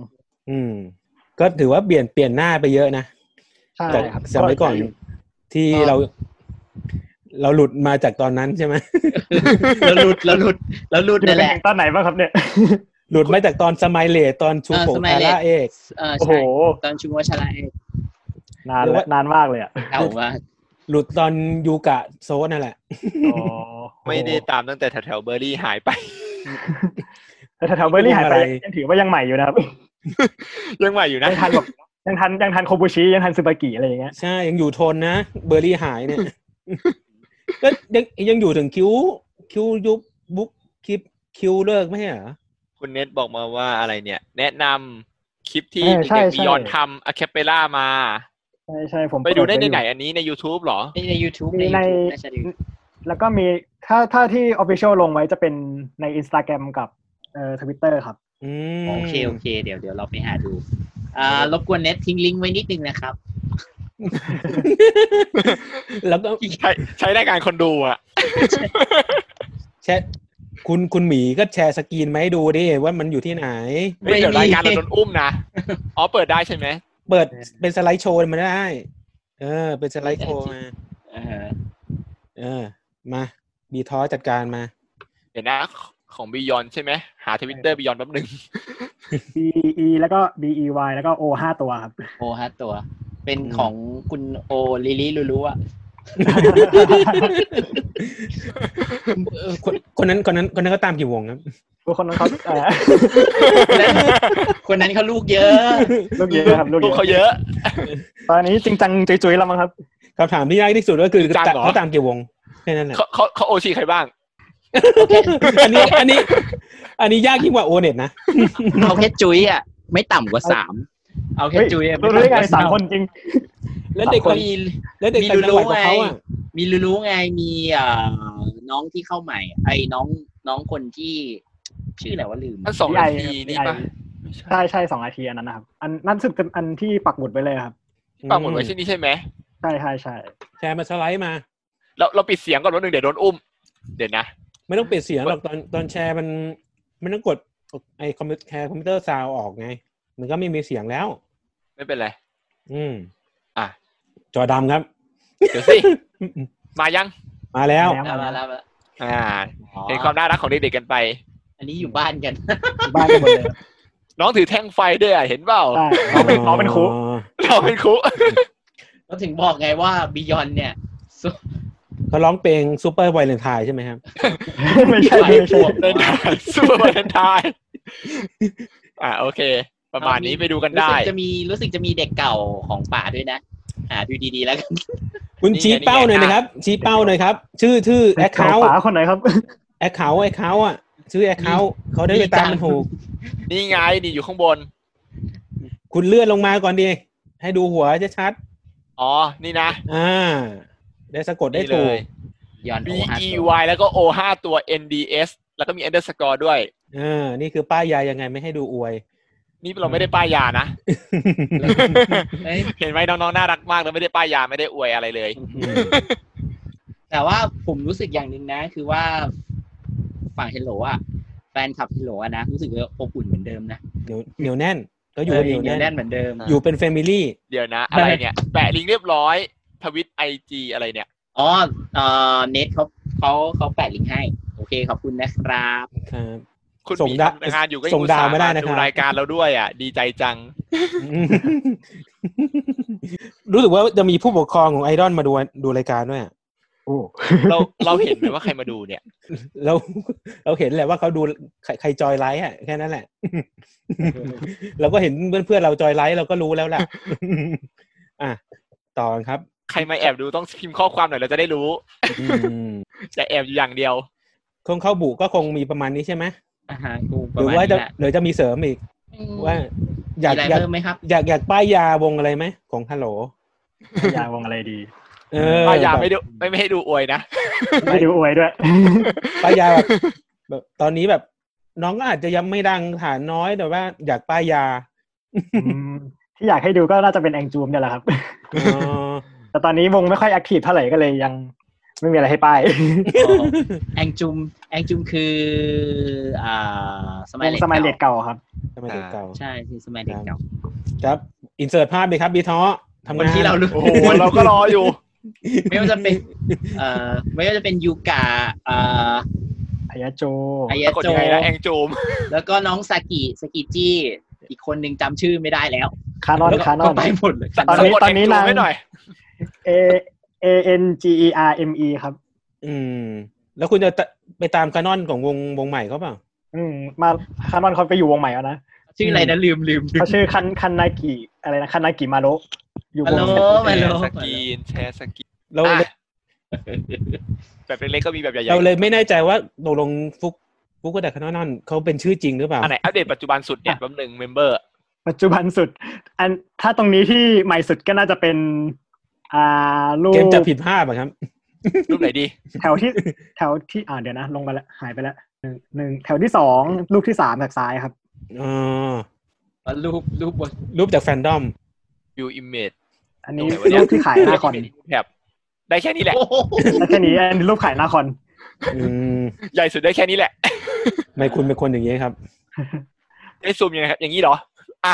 อืม ก็ถือว่าเปลี่ยนเปลี่ยนหน้าไปเยอะนะ
ใช่
จาก
ครับ
สมัยก่อนที่เรา เราหลุดมาจากตอนนั้นใช่ไหม
แล้วหลุดแล้วหลุดแล้วหลุด
อยู่
นั่น
ไป
แหละ
ถึงตอนไหนบ้างครับเนี่ย
หลุดไม่จากตอนสมัยเลทตอนชู
เออ
โข
สมัย
คา
เลท
ร่าเอก
เออ
โอ้โห
ใช่ตอนชูวัชระเอก
นานแล้วนานมากเลยอ่ะ
เก่ามาก
หลุดตอนยูกะโซะนั่นแหละ
อ๋อ
ไม่ได้ตามตั้งแต่แถวๆเบอร์รี่หายไป
แต่แถวๆเบอร์รี่หายไป
อะไร
ยังถือว่ายังใหม่อยู่นะครับ
ยังใหม่อยู่นะ
ยังทันแบบยังทันยังทันโคบูชิยังทันซึบากิอะไรอย่างเงี้ย
ใช่ยังอยู่ทนนะ เบอร์รี่หาย เนี่ย ก็ยังยังอยู่ถึงคิวคิวยุบบุ๊กคิปคิวเลิกไม่ใช่เหรอ
คุณเน็ตบอกมาว่าอะไรเนี่ย แนะนำคลิปที่
เออใช่
เด็กๆมี
ใช่
ย้อนทำอะแคปเปล่ามา
ใช่ใช่ผม
ไปดูได้
เปิ
ในไหน
อยู่
อันนี้ใน YouTube เหรอ
ใน YouTube
มีใน
YouTube าจะดู
แล้วก็มีถ้าถ้าที่ Official ลงไว้จะเป็นใน Instagram กับเอ่อทวิตเตอร์ครับ
อืม
โอเคโอเคเดี๋ยวเดี๋ยวเราไปหาดูอ่ารบกวนเน็ตทิ้งลิงก์ไว้นิดนึงนะครับ
แล้วก็
ใช้ใช้รายการคนดูอ่ะ
แชร์คุณคุณหมีก็แชร์สกรีนมาให้ดูดิว่ามันอยู่ที่ไหน
เฮ้ย
ไม่มี
เดี๋ยวรายการเราโดนอุ้ม นะ อ๋อเปิดได้ใช่ไหม
เปิดเป็นสไลด์โชว์มาได้ เออ เป็นสไลด์โชว์มา
เออ
เออ มาบีทอจัดการมา
เดี๋ยวนะของบิยอนใช่ไหม หาทวิตเตอร์บิยอนแป๊บหนึง
B E แล้วก็ B E Y แล้วก็ O ห้าตัวครับ
โอฮะตัว เป็น
อืม
ของคุณโอลิลิลูลูอะ
เออคนคนนั้นคนนั้นคนนั้นก็ตามกี่วงครับ
ทุกคนนั้นเขาเอ่อ
คนนั้นคนนั้นเขาลูกเยอะ
ลูกเยอะครับลูก
ลู
เย
กเขา
อะ
เยอะ
ตอนนี้จริงจังจุยๆแล้วมั้งครับ
คำถามที่ยากที่สุดก็คือ
จังเหรอ
เขาตามกี่วงแค่นั้นแหละ
เขาเขาเขาโอชีใครบ้าง
อันนี้อันนี้ อันนี้ยากยิ่งกว่าโอเน็ตนะ
เอาแค่จุ้ยอะไม่ต่ำกว่าสามเอาแค่
เฮ้ย
จุ้ยอะม่
รู้ได้
ต่ำก
ไง
ว่
สามคนจริง
แล้วเด็ก
สามคน
ต่าง
มี
แล้วเด็ก
มี
ต่างจังหวัด
รู้
ของ
ไง
เขาอ่ะ
มีรู้รู้ไงมีเอ่อน้องที่เข้าใหม่ ไอ้น้องน้องคนที่ชื่ออะไรว่าลืม
มันสอง
พี่ไอ
นาทีนี่ปะ
พี่ไอ ใช่ใช่สองนาทีอันนั้นนะครับ อันนั่นสึกเป็นอันที่ปักหมุดไปเลยครับ
ปังหมดไว้ที่นี่ใช่ไหม
ใช่ใช่ใช่
แชร์มาสไลด์มา
เราเราปิดเสียงก่อนรถหนึ่งเดี๋ยวโดนอุ้ม เดี๋ยวนะ
ไม่ต้องเปลี่ยนเสียงหรอกตอนตอนแชร์มันมันต้องกดไอคอมพิวแชร์คอมพิวเตอร์ซาวออกไง มันก็ไม่มีเสียงแล้ว
ไม่เป็นไร
อืม
อ่ะ
จอดำครับ
เดี๋ยวสิ มายัง
มาแล้ว
แล้วแล้วแล้วแล้ว
อ่าเห็นความน่ารักของเด็กๆกันไป
อันนี้อยู่บ้านกัน
บ้านกันหมดเลย
น้องถือแท่งไฟด้วยอะเห็นเปล่า
ใช่น้องเป็นน้องเป็นครู
อ๋อ
เราเป็นครู
ก็ถึงบอกไงว่าบิยอนเนี่ยสุด
เขาร้องเพลงซูเปอร์ไวเลนไทใช่ไหมครับ
ไม่ใช่
ไป
ไม่
พ
ใช่
วก
เดินทางสู้วาเลนไทน์อ่าโอเค ประมาณนี้ไปดูกัน
รู้
ได้
สึกจะมีรู้สึกจะมีเด็กเก่าของป่าด้วยนะ หาดูดีๆแล้วกัน
คุณ
นี่ไง
ชี้เป้าหน่อย
นี่ไง
นะครับ ชี้เป้าหน่อยครับ ชื่อชื่อแอค
ขา
เคาท์
ป๋าคนไหนครับ
แอคเคาท์แอคเคาท์อ่ะ ชื่อแอคเคาท์เขาได้ไปตามมันถูก
นี่ไงนี่อยู่ข้างบน
คุณเลื่อนลงมาก่อนดี ให้ดูหัวชัด
อ๋อ นี่นะ
ๆอ่า ได้สะกดได้
นี่เล
ถูก
ย
ยอน
B
โอฮา
E
ตัว
Y แล้วก็ O ห้าตัว N D S แล้วก็มี underscore ด้วย
อ่านี่คือป้ายยายังไงไม่ให้ดูอวย
นี่เราไม่ได้ป้ายยานะ
เอ้ย
เห็นไหมน้องๆน่ารักมากเราไม่ได้ป้ายยาไม่ได้อวยอะไรเลย
แต่ว่าผมรู้สึกอย่างหนึ่งนะ คือว่าฝั่งเฮลโลอะแฟนคลับเฮลโลอะนะ รู้สึกว่าอบอุ่นเหมือนเดิมนะ
เหนียวเหนียวแน่นก็อยู่
เ
กันเหนียว
เหนียว
แน่
แน่
น
นเหมือนเดิม
อยู่เป็นแฟมิลี่
เดี๋ยวนะ อะไรเนี่ย แปะลิงก์เรียบร้อยทวิตไอจีอะไรเนี่ย
อ๋อเอ่อเน็ตเขาเขาเขาแปะลิงก์ให้ โอเคขอบคุณนะครับ
ครับ
คุณ
ส่ง
มี
ดา
ทำงานอยู่ก็ยัง
ส่งดาว
อุตส่ห์
ไม่ได้นะครับ
ดูรายการเราด้วยอ่ะ ดีใจจัง
รู้สึกว่าจะมีผู้ปกครองของไอดอลมาดูดูรายการด้วยอะ
โอ้
เราเราเห็นไหมว่าใครมาดูเนี่ย
เรา เราเห็นแหละว่าเขาดูใครใครจอยไลค์อะแค่นั้นแหละ เราก็เห็นเพื่อนๆเราจอยไลค์เราก็รู้แล้ว ล่ะ อ่ะต่อกันครับ
ใครมาแอบดูต้องพิมพ์ข้อความหน่อยเราจะได้รู้
อืม
จะแอบอยู่อย่างเดียว
คงเข้าบุก็คงมีประมาณนี้ใช่ไหม
อ่าฮะกูป
หรือ
ระมาณ
ว่าจะ
นี้แหละ
หรือจะมีเสริมอีก ว่า
อ
อ
าย
ยาก ก
อะไร
อยาก
เพิ่มไหมครับ
อยากอยากป้ายยาวงอะไรไหมของฮัลโหล
ยาวงอะไรดี
เออ
ป้ายยาไม่ดูไม่ไม่ให้ดูอวยนะ
ไม่ดูอวยด้วย
ป้ายยาแบบ แบบตอนนี้แบบ น้องก็อาจจะยังไม่ดังฐานน้อยแต่ว่า อยากป้ายยา
อืมที่อยากให้ดูก็น่าจะเป็นแองจูมเนี่ยแหละครับ
เออ
แต่ตอนนี้วงไม่ค่อยแอคทีฟเท่าไหร่ก็เลยยังไม่มีอะไรให้ป้าย
แองจุม แองจุมคืออ่าสมั
วย ง
เด็ก
สมัยเลด
เก่า
เก่าครับ
ทำไมเด็กเก่า
ใช่คือสมัยเด็กเก่า
ครับอินเสิร์ตภาพเลยครับบีท้อทำ
คน
งาน
ที่เรารู้
โอ้โหเราก็รออยู่
ไม่ว่าจะเป็นเอ่อไม่ว่าจะเป็นยูกะอ่า
อายาโจ
อายะ
ปรากฏ
โจ
ยังไงนะแองโจม
แล้วก็น้องสากิสากิจี้ อีกคนหนึ่งจำชื่อไม่ได้แล้ว
คานอน
แล้วก็
คานอ
ก็
น
ไปหมดเลย
ตอนนี้
สะกด
ตอนนี้
แงจู
นาง
ให้หน่อย
A A N G E R M E ครับ
อืม แล้วคุณจะตะไปตามคานอนของวงวงใหม่เขาเปล่า
อืมมาคานอนเขาไปอยู่วงใหม่แล้วนะ
ชื่ออะไรนะลืมลืมลืม
เขาชื่อคันคันนากิอะไรนะคันนากิมาโรอยู่วง
มาโระ
แช
ไม่รู้
ร์สกรีนแชร์สกรีน
เรา
อ่ะ
เลย
แบบเล็กๆก็มีแบบใหญ่
เราเลยไม่แน่ใจว่าตกลงฟุกฟุกกับแต่คานอนเขาเป็นชื่อจริงหรือเปล่า
ๆอันไหนอัปเดตปัจจุบันสุดเนี่ยแป๊บหนึ่งเมมเบอร์
ปัจจุบันสุด อันถ้าตรงนี้ที่ใหม่สุดก็น่าจะเป็น อ่ารูป
เกมจะผิดพลาดป่ะครับ
รูปไหนดี
แถวที่แถวที่อ่าเดี๋ยวนะ ลงไปแล้วหายไปแล้วหนึ่งหนึ่งแถวที่สองรูปที่สามจากซ้ายครับ
อ๋อ
รูปรูปบน
รูปจากแฟนดอม
วิวอิมเมจ
อันนี้
ตรงไหนวะเนี่ย
รูปที่ขายหน้าค อน
แถบได้แค่นี้แหละ
โอ้โห
แล้วแค่นี้อันนี้รูปขายหน้าคอน
อืม
ใหญ่สุดได้แค่นี้แหละ
ทำไม่คุณเป็นคนอย่างนี้ครับ
ได้ซูมยังไงครับอย่างนี้เหรอ
อ่า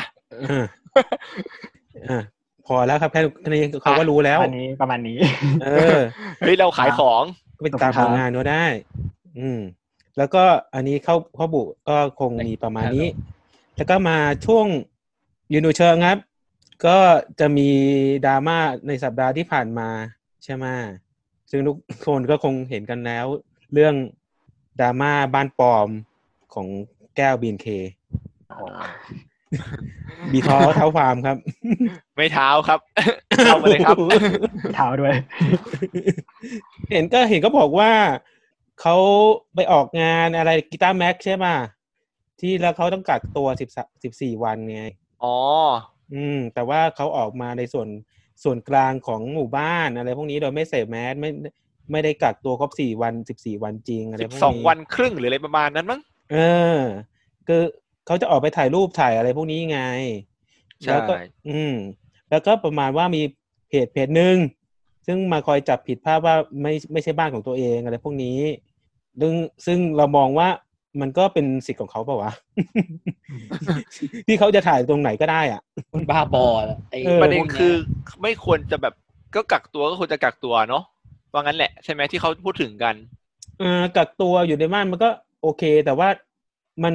อ่าพอแล้วครับแค่แค่นี้เขาก็รู้แล้ว
อันนี้ประมาณนี้
เออ
เฮ้ย เราขายของ
ก็ไปตามผลงานก็ได้ อืม แล้วก็อันนี้เข้าข้อบุก็คงมีประมาณนี้ แล้วก็มาช่วงยูนูเชิงครับ ก็จะมีดราม่าในสัปดาห์ที่ผ่านมาใช่ไหมซึ่งทุกคนก็คงเห็นกันแล้ว เรื่องดราม่าบ้านปลอมของแก้วบีนเคบีทอเท้าความครับ
ไม่เท้าครับ เข้ามา เลยครับ
เท้าด้วย
เห็นก็เห็นก็บอกว่าเขาไปออกงานอะไรกีตาร์แม็กใช่ป่ะที่แล้วเขาต้องกักตัวสิบสิบสี่วันไง
อ๋อ
อืม แต่ว่าเขาออกมาในส่วนส่วนกลางของหมู่บ้านอะไรพวกนี้โดยไม่ใส่แมสไม่ไม่ได้กักตัวครบสี่วันสิบสี่วันจริงอะไร
สิบ
พวกนี้
สองวันครึ่งหรืออะไรประมาณนั้นมั้ง
เออ คือเขาจะออกไปถ่ายรูปถ่ายอะไรพวกนี้ไง
ใช่
แล้วก็ อืม แล้วก็ประมาณว่ามีเพจเพจหนึ่งซึ่งมาคอยจับผิดภาพว่าไม่ไม่ใช่บ้านของตัวเองอะไรพวกนี้ ซึ่งซึ่งเรามองว่ามันก็เป็นสิทธิ์ของเขาเปล่าวะ ที่เขาจะถ่ายตรงไหนก็ได้อ่ะ
คนบ้าบอไอ้
เออ
ประเด็น
พวกย
คือไม่ควรจะแบบก็กักตัวก็ควรจะกักตัวเนาะว่างั้นแหละใช่ไหมที่เขาพูดถึงกัน
เออกักตัวอยู่ในบ้านมันก็โอเค แต่ว่ามัน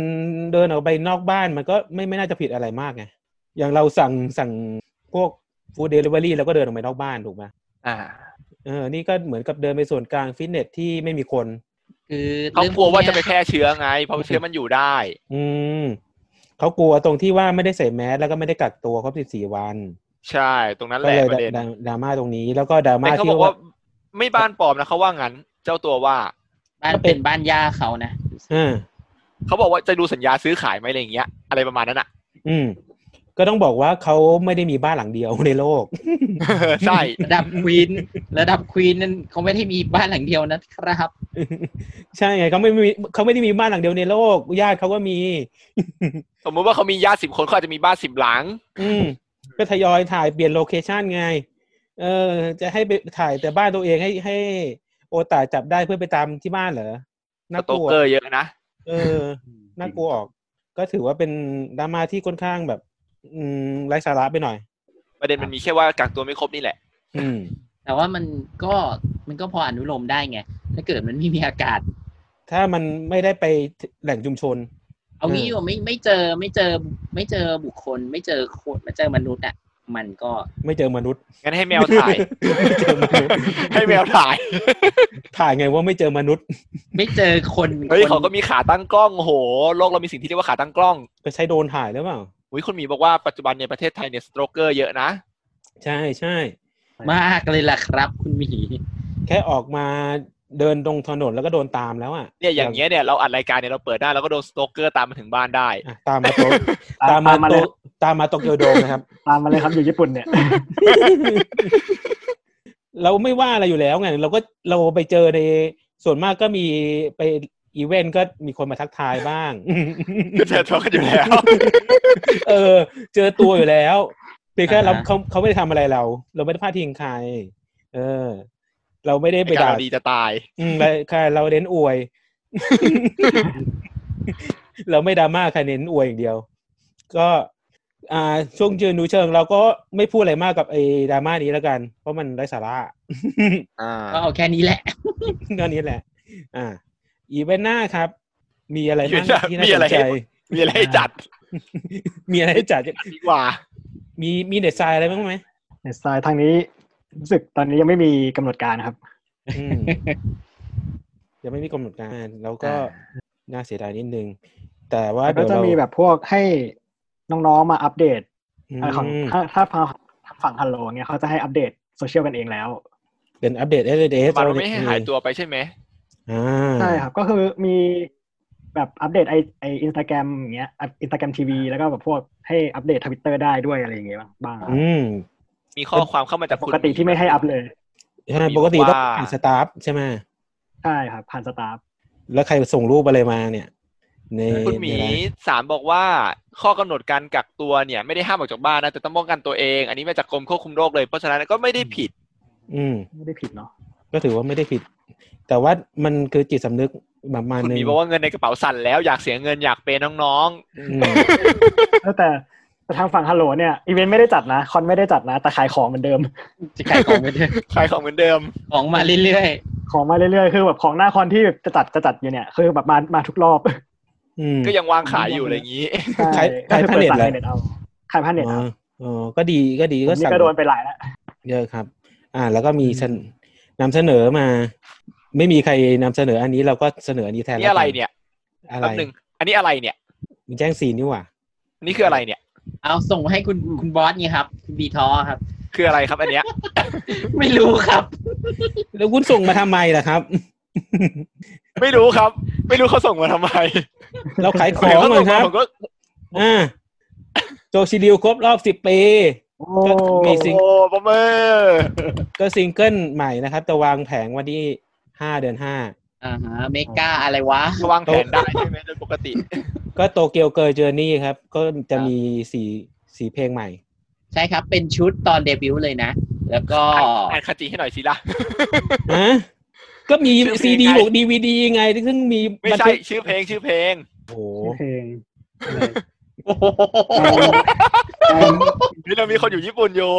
เดินออกไปนอกบ้านมันก็ไม่ไม่น่าจะผิดอะไรมากไงอย่างเราสั่งสั่งพวกฟู้ดเดลิเวอรี่เราก็เดินออกไปนอกบ้านถูกไหม
อ่า
เออนี่ก็เหมือนกับเดินไปส่วนกลางฟิตเนสที่ไม่มีคน
คือ
เขา
รื่อง
กลัวว่าจะไป
เนี้ย
แพร่เชื้อไง เพราะเชื้อมันอยู่ได้
อืมเขากลัวตรงที่ว่าไม่ได้ใส่แมสแล้วก็ไม่ได้กักตัวครบ 14 วัน
ใช่ ตรงนั้น
ก็
แหละ
เลย
ประเด็น
ดราดราม่าตรงนี้แล้วก็ดรา
แต่
ม่า
เขา
ที่
บอกว่า
ว่า
ไม่บ้านปลอมนะเขาว่างั้น เจ้าตัวว่า
บ้าน
ก็เป็
เป็น นบ้านย่าเขานะ
อ่า
เขาบอกว่าจะดูสัญญาซื้อขายไหมอะไรอย่างเงี้ยอะไรประมาณนั้นอ่ะ
อืม ก็ต้องบอกว่าเขาไม่ได้มีบ้านหลังเดียวในโลก
ใช่
ระดับควีน ระดับควีนนั่นเขาไม่ได้มีบ้านหลังเดียวนะครับ
ใช่ไงเขาไม่มีเขาไม่ได้มีบ้านหลังเดียวในโลกญาติเขาก็ มี
สมมติว่าเขามีญาติสิบคนเขาอาจจะมีบ้านสิบหลัง
อืมก็ทยอยถ่ายเปลี่ยนโลเคชันไง เออ จะให้ไปถ่ายแต่บ้านตัวเองให้ให้โอตาจับได้เพื่อไปตามที่บ้านเหรอ
ส
น่า
โต
ก
ก
ลัว
เกอร์เยอะนะ
เออ น่ากลัวออก ก็ถือว่าเป็นดราม่าที่ค่อนข้างแบบ อืมไร้สาระไปหน่อย
ประเด็นมันมีแค่ว่ากักตัวไม่ครบนี่แหละ
อืม
แต่ว่ามันก็มันก็พออนุโลมได้ไง ถ้าเกิดมันไม่มีอากาศ
ถ้ามันไม่ได้ไปแหล่งชุมชน
เอางี้
เออ
ดีกว่าไม่ไม่เจอไม่เจอไม่เจอบุคคล ไม่เจอคนไม่เจอมนุษย์อ่ะ มันก็
ไม่เจอมนุษย์
งั้นให้แมวถ่าย
ไม่เจอมนุษย์
ให้แมวถ่าย
ถ่ายไงว่าไม่เจอมนุษย์
ไม่เจอคน
เฮ้ย
คน
เขาก็มีขาตั้งกล้องโอ้โห โลกเรามีสิ่งที่เรียกว่าขาตั้งกล้อง
ก็ใช้โดรนถ่ายหรือเปล่า
อุ้ยคนหมีบอกว่าปัจจุบันในยประเทศไทยเนี่ยสโตรกเกอร์เยอะนะ
ใช่ใช่
มากเลยล่ะครับ คุณหมี
แค่ออกมาเดินตรงถนนแล้วก็โดนตามแล้วอ่ะ
เนี่ยอย่างเงี้ยเนี่ยเราอัดรายการเนี่ยเราเปิดหน้าเราก็โดนสโตรกเกอร์ตามมาถึงบ้านได้
อ่ะตามมาโต ตามมา
ตามมา
โต
เลย
ตามมาโตเกียวโดมนะครับ
ตามมาเลยครับอยู่ญี่ปุ่นเนี่ย
เราไม่ว่าอะไรอยู่แล้วไงเราก็เราไปเจอในส่วนมากก็มีไปอีเวนต์ก็มีคนมาทักทายบ้าง
ก็เจอทะเลาะกันอยู่แล้ว
เออ เจอตัวอยู่แล้วเพียงแค่เราเขาเขาไม่ได้ทำอะไรเรา เราไม่ได้พาดทิ้งใคร เออ เราไม่ได้ไป
รายการ
ด่า
เราดีจะตาย
อืมเราใครเราเน้นอวย เราไม่ดราม่าใครเน้นอวยอย่างเดียว ก็อ่าช่วงเจอหนูเชิง เราก็ไม่พูดอะไรมากกับไอ้ดราม่านี้แล้วกัน เพราะมันไร้สาระ
อ่า
ก็เอาแค่นี้แหละ
ก็นี้แหละ อ่า อีเวนต์หน้าครับ มีอะไรบ้าง
อีเวนต์หน้า
ที่น่า
มี
สน
อะไร
ใจ
มีอะไรให้จัด
มีอะไรให้จัด
ดีกว่า
มีมีเด็ดไซน์อะไรบ้างไหม
ในสไตล์ทางนี้รู้สึกตอนนี้ยังไม่มีกำหนดการครับ
อืมยังไม่มีกำหนดการแล้วก็น่าเสียดายนิดนึง แต่ว่า
แล้วก็
เดี๋ยว
จะ
เรา
มีแบบพวกให้น้องๆมาอัปเดต
อืม
อะไรของถ้าถ้าพาฝั่งฮัลโหลเนี่ยเขาจะให้อัปเดตโซเชียลกันเองแล้ว
เป็นอัปเดต s อ s
มันไม่ให้หายตัวไปใช่ไหม
อ่า
ใช่ครับ ก็คือมีแบบอัปเดตไอไออินสตาแกรมอย่างเงี้ยอินสตาแกรมทีวีแล้วก็แบบพวกให้อัปเดตทวิตเตอร์ได้ด้วยอะไรอย่างเงี้ยบ้าง
อืม
มีข้อความเข้ามาจาก
ป
คุณ
กติที่ไม่ให้อัพเลย
ใช่
มี
ปกติต้อง
ว่า
ผ่านสตาฟใช่ไหม
ใช่ครับ ผ่านสตาฟ
แล้วใครส่งรูปอะไรมาเนี่ย ใน
คุณหมี
ในไลน์
สารบอกว่าข้อกำหนดการกักตัวเนี่ย ไม่ได้ห้ามออกจากบ้านนะ แต่ต้องป้องกันตัวเอง อันนี้มาจากกรมควบคุมโรคเลยเพราะฉะนั้นก็ไม่ได้ผิด
อืม
ไม่ได้ผิดเนาะ
ก็ถือว่าไม่ได้ผิด แต่ว่ามันคือจิตสำนึกประมาณ
คุ
ห
ณ
นึ
ห
ง
มีบอกว่าเงินในกระเป๋าสั่นแล้วอยากเสียเงินอยากเปย์น้อง
อืม
แล้วแต่แต่ทางฝั่งฮัลโหลเนี่ยอีเวนต์ไม่ได้จัดนะคอนไม่ได้จัดนะแต่ขายของเหมือนเดิม
จะขายของไปเรื่อย
ๆ ใครของเหมือนเดิม
ของมาเรื่อย
ของมาเรื่อยๆ คือแบบของหน้าคอนที่จะจัดจะจัดอยู่เนี่ย คือแบบมามาทุกรอบ
อืม
ก็ยังวางขายอยู่อะไรอย่างนี้
ขาย
ใช่ก็คือเปิด
ขายผ้าเน็ตเหรอ
สั่งในเน็ตเอาขายผ้าเน็ต
อ๋
ค
อ
รับ
อ๋อก็ดีก็ดีก็
นี่
สั่ง
ก็โดนไปหลายแล้ว
เยอะครับ อ่า แล้วก็มีเสนนำเสนอมา ไม่มีใครนำเสนออันนี้เราก็เสนออันนี้แทน
นี่อะไรเนี่ย
อะ
แป๊
ไร
บหนึ่งอันนี้อะไรเนี่ย
มันแจ้งซีนนี่หว่า
อันนี่คืออะไรเนี่ย
ๆ เอาส่งให้คุณคุณบอสนี่ครับคุณบีทอครับ
คืออะไรครับอันเนี้ย
ไม่รู้ครับ
แล้วคุณส่งมาทำไมล่ะครับ
ไม่รู้ครับ ไม่รู้เขาส่งมาทำไม
เราขายของ
เขา
เล
ส่
ย
ง
ค
มา
รับ
ผมก็
อ่าโจชิดิวครบรอบสิบ10ปี
โอ้
มี จริง
โอ้ประเมอ
ก็ซิงเกิลใหม่นะครับจะวางแผงวันที่ห้าเดือนห้า
อ่าฮะเมกาอะไรวะ
วางแผนได้ใช่ไหมโดยปกติ
ก็โตเกียวเกิร์เจอร์นี่ครับ ก็จะ
ครับ
มีสี่สี่เพลงใหม่
ใช่ครับ เป็นชุดตอนเดบิวต์เลยนะ แล้วก็
อ่านคาจิให้หน่อยสิล่ะ
ฮะ ก็มี
ชื่อเพล
ซีดี
งไง
บวกดีวีดีไง ซึ่งมี
ไม่
บัน
ใช่
ทึก
ชื่อเพลงชื่อเพลง
โอ้โห
เพลงอะไร
โอ้โห
นี่เรามีคนอยู่ญี่ปุ่นอยู่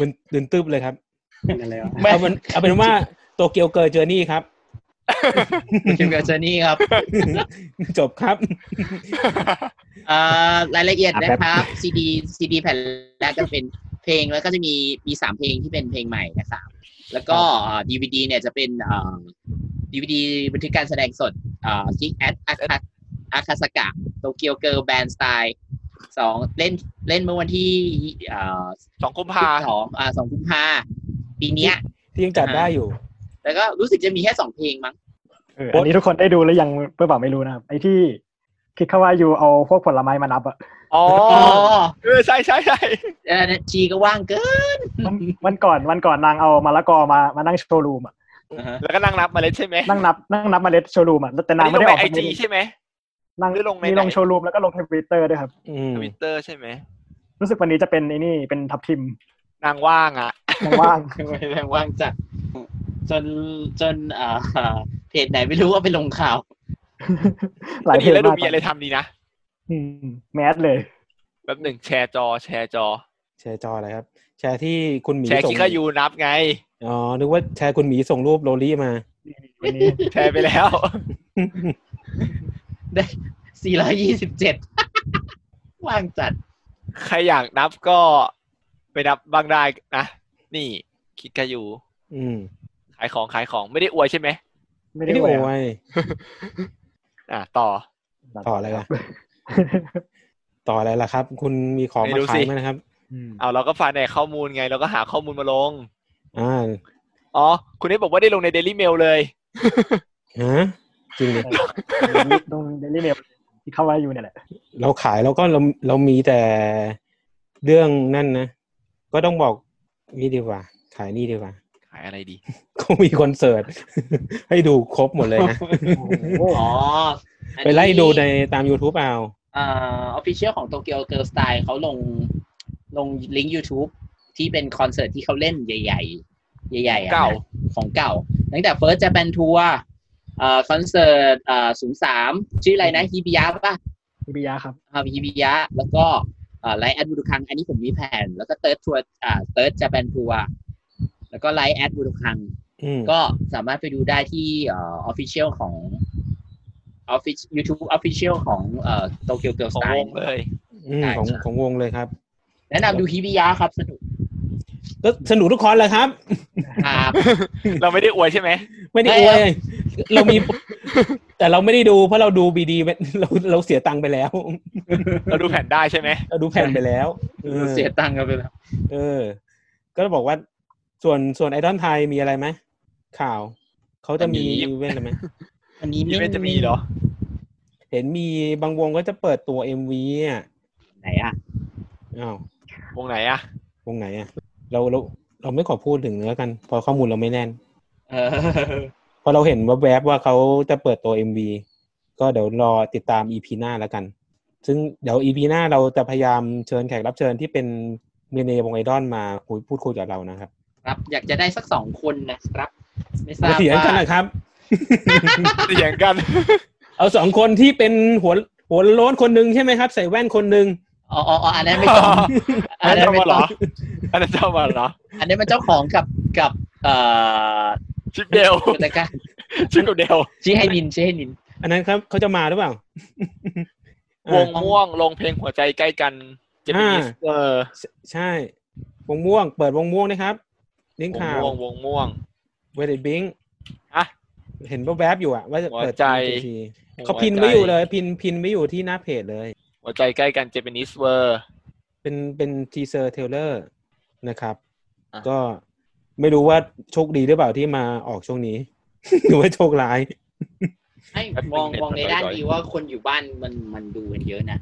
มันตื่นตึบเลยครับ
เป็นอะไรวะ
ไม่
เอาเป็นเอาเป็นว่าโตเกียวเกิร์เจอร์นี่ครับ
คิวกับเจอนี่ครับ
จบครับ
เอ่อรายละเอียดนะครับซีดีซีดีแผ่นแรกจะเป็นเพลงแล้วก็จะมีมีสามเพลงที่เป็นเพลงใหม่นะครับแล้วก็ดีวีดีเนี่ยจะเป็นเอ่อดีวีดีบันทึกการแสดงสดเอ่อซิกแอดอาคาอาคาสกะโตเกียวเกิร์ลแบนด์สไตล์สองเล่นเล่นเมื่อวันที่เอ่อ
สองกุมภา
ที่สองอ่าสองกุมภาปีเนี้ย
ที่ยังจัดได้อยู่
แล้วก็รู้สึกจะมีแค่สองเพลงมั้ง
เอออันนี้ทุกคนได้ดูแล้วยังเพื่อเปล่าไม่รู้นะครับไอที่คิดเขาว่าอยู่เอาพวกผลไม้มานับ อะ
อ๋อ
อ๋อ
เออใช่ใช่ใช่
เอ่อชีก็ว่างเกิน
วันวันก่อนวันก่อนนางเอามะละกอมามานั่งโชว์รูมอะ
อ่าฮะ
แล้วก็นั่งรับมาเลยใช่ไหม
นั่งนับนั่งนับเมล็ดโชว์รูมอะแต่
อัน
นาง
นี้
ไม่
ลง
ได้
ใน
ออก
ไอ
มา
จีใช่ไหม
นั่ง
หรือลงใน
มี
ไหน
ลงโชว์รูมแล้วก็ลงทวิตเตอร์ด้วยครับ
อืม
ทวิตเตอร์ใช่ไหม
รู้สึกวันนี้จะเป็นไอ้นี่เป็นทับ ทิม
นางว่างอ่ะ
ว่าง
แรงว่างจัดจนจนอ่าเพจไหนไม่รู้ว่าไปลงข่าว
ๆ หลาย
ก็
เพ
ดี
ลง
แล้วดู
มาก
มีอะไรทำดีนะ
อืมแมสเลย
แป๊บหนึ่งแชร์จอแชร์จอ
แชร์จออะไรครับ แชร์ที่คุณหมี
แชร์
ส่ง
คิกายูนับไง
อ๋อนึกว่าแชร์คุณหมีส่งรูปโรลี่มา
วันนี้
แชร์ไปแล้ว
ได้ 427 ว่างจัด
ใครอยากนับก็ไปนับบ้างได้นะ นี่คิกายู
อืม
ขายของขายของไม่ได้อวยใช่ไหม
ไม่
ไม่
ได้
ได้
อ
โอ
วย
ย
อะ
อ่ะต่อ
ต่ออะไรล่ะ ต่ออะไรล่ะครับ คุณมีของ
ไม่
มา
รู้
ขา
สิ
ยไหมนะครับ
เอาเราก็ฟังในข้อมูลไงเราก็หาข้อมูลมาลง
อ่า
อ๋อ คุณนี่บอกว่าได้ลงในเดลี่เมลเลย
ฮะจริงดิ
ตรงเดลี่เมลที่เข้ามาอยู่เนี่ยแหละ
เราขายแล้วก็เราเรามีแต่เรื่องนั่นนะ ก็ต้องบอกนี่ดีกว่า ขายนี่ดีกว่า
ขายอะไรดี
ก็มีคอนเสิร์ต ให้ดูครบหมดเลย นะ
อ๋อ
ไปไล่ดูในตาม YouTube เอา
เอ่ออฟฟิเชียลของโตเกียวเกิร์ลสไตล์เขาลงลงลิงก์ YouTube ที่เป็นคอนเสิร์ตที่เขาเล่นใหญ่ ๆ ใหญ่ๆอะนะ
เก่า
ของเก่า ตั้งแต่ First Japan Tour เอ่อคอนเสิร์ตเอ่อศูนย์สามชื่ออะไรนะฮิบิยะป่ะ
บิยาครับ
ฮาวิฮิบิยะแล้วก็ไลท์แอดบูดุคัง อันนี้ผมมีแผน แล้วก็เติร์ดทัวร์เติร์ดจะเป็นทัวร์แล้วก็ไลท์แอดบูดุคัง
อืม
ก็สามารถไปดูได้ที่ออฟฟิเชียลของ ออฟฟิศ YouTube Official ของเอ่อโตเกียวเกิล
ข
ส
อง
ไต
ว
ล์
งเลย
อืม
ใช่
ของ
ใช่
ของวงเลยครับ
แนะนำดูฮิบิยะครับสนุก
ก็สนุกทุกคอนเลยครับ
ครับ
เราไม่ได้อวยใช่ไหม
ไม่ได้อวย เรามี แต่เราไม่ได้ดูเพราะเราดูบีดี เราเราเสียตังค์ไปแล้ว
เราดูแผ่นได้ใช่ไหม
เราดูแผ่นไปแล้วออ
เสียตังค์กันไปแล้ว
เออ ก็บอกว่าส่วนส่วนไอดอลไทยมีอะไรไหมข่าว เขาจะมี
มี
อีเวนต์อะไรไหม
อันนี้
อีเวนต์จะมี
ไ
เหรอ
เห็นมีบางวงก็จะเปิดตัวเอ็มวีอ่ะ
ไหนอ่ะ
อ้าว
วงไหนอะ
วงไหนอ่ะ เราเราเราไม่ขอพูดถึงเนื้อกันเพอข้อมูลเราไม่แน่น
เออ
เพราะเราเห็นว่าแวบๆว่าเขาจะเปิดตัว MV ก็เดี๋ยวรอติดตาม EP หน้าแล้วกัน ซึ่งเดี๋ยว EP หน้าเราจะพยายามเชิญแขกรับเชิญที่เป็นเมเนวงไอดอลมาคุยพูดคุยกับเรานะครับ
ครับ อยากจะได้สักสองคนนะครับ ไม่ทรา
มา
บ
เถียงกัน
ว่า
นะครับ
เถียงกัน
เอาสองคนที่เป็นหัวหัวโล้นคนหนึ่งใช่ไหมครับ ใส่แว่นคนหนึ่ง
อ๋ออ๋ออ๋ออันนั้นไม่ต้อง
อันนั้น
นั้น
เจ้า
ไม่
มาเหร
ต้อ
อ
ง
อันนั้นเจ้ามาเหรอ
อันนี้มันเจ้าของกับกับ เอ่ อ
ชิปเดล
กิจการ
ชิปกับเดล
ชี้ให้นินชี้ให้นิน
อันนั้นครับเขาจะมาหรือเปล่า
วงม่วงลงเพลงหัวใจใกล้กันเจมินิสเออ
ใช่ใช่ วงม่วง เปิดวงม่วงนะครับลิงก์
วง
ข่าว
ม่วงวงม่วง
เวดบิง
อะ
เห็นแวบๆอยู่อะว่าจะ
หัว
เปิด
ใจ
ทีที เขาพินไม่อยู่เลย พินพินไม่อยู่ที่หน้าเพจเลย
หัวใจใกล้กันเจมินิสเวอร์
เป็นเป็นทีเซอร์เทเลอร์นะครับ
อ่ะ
ก็ไม่รู้ว่าโชคดีหรือเปล่าที่มาออกช่วงนี้ หรือว่าโชคร้าย
ให้
แป๊บนึง
มอง
เน็ต
มอง
มัน
ในด้าน
ดอยๆ
ดีว่าคนอยู่บ้านมันมันดูกันเยอะนะ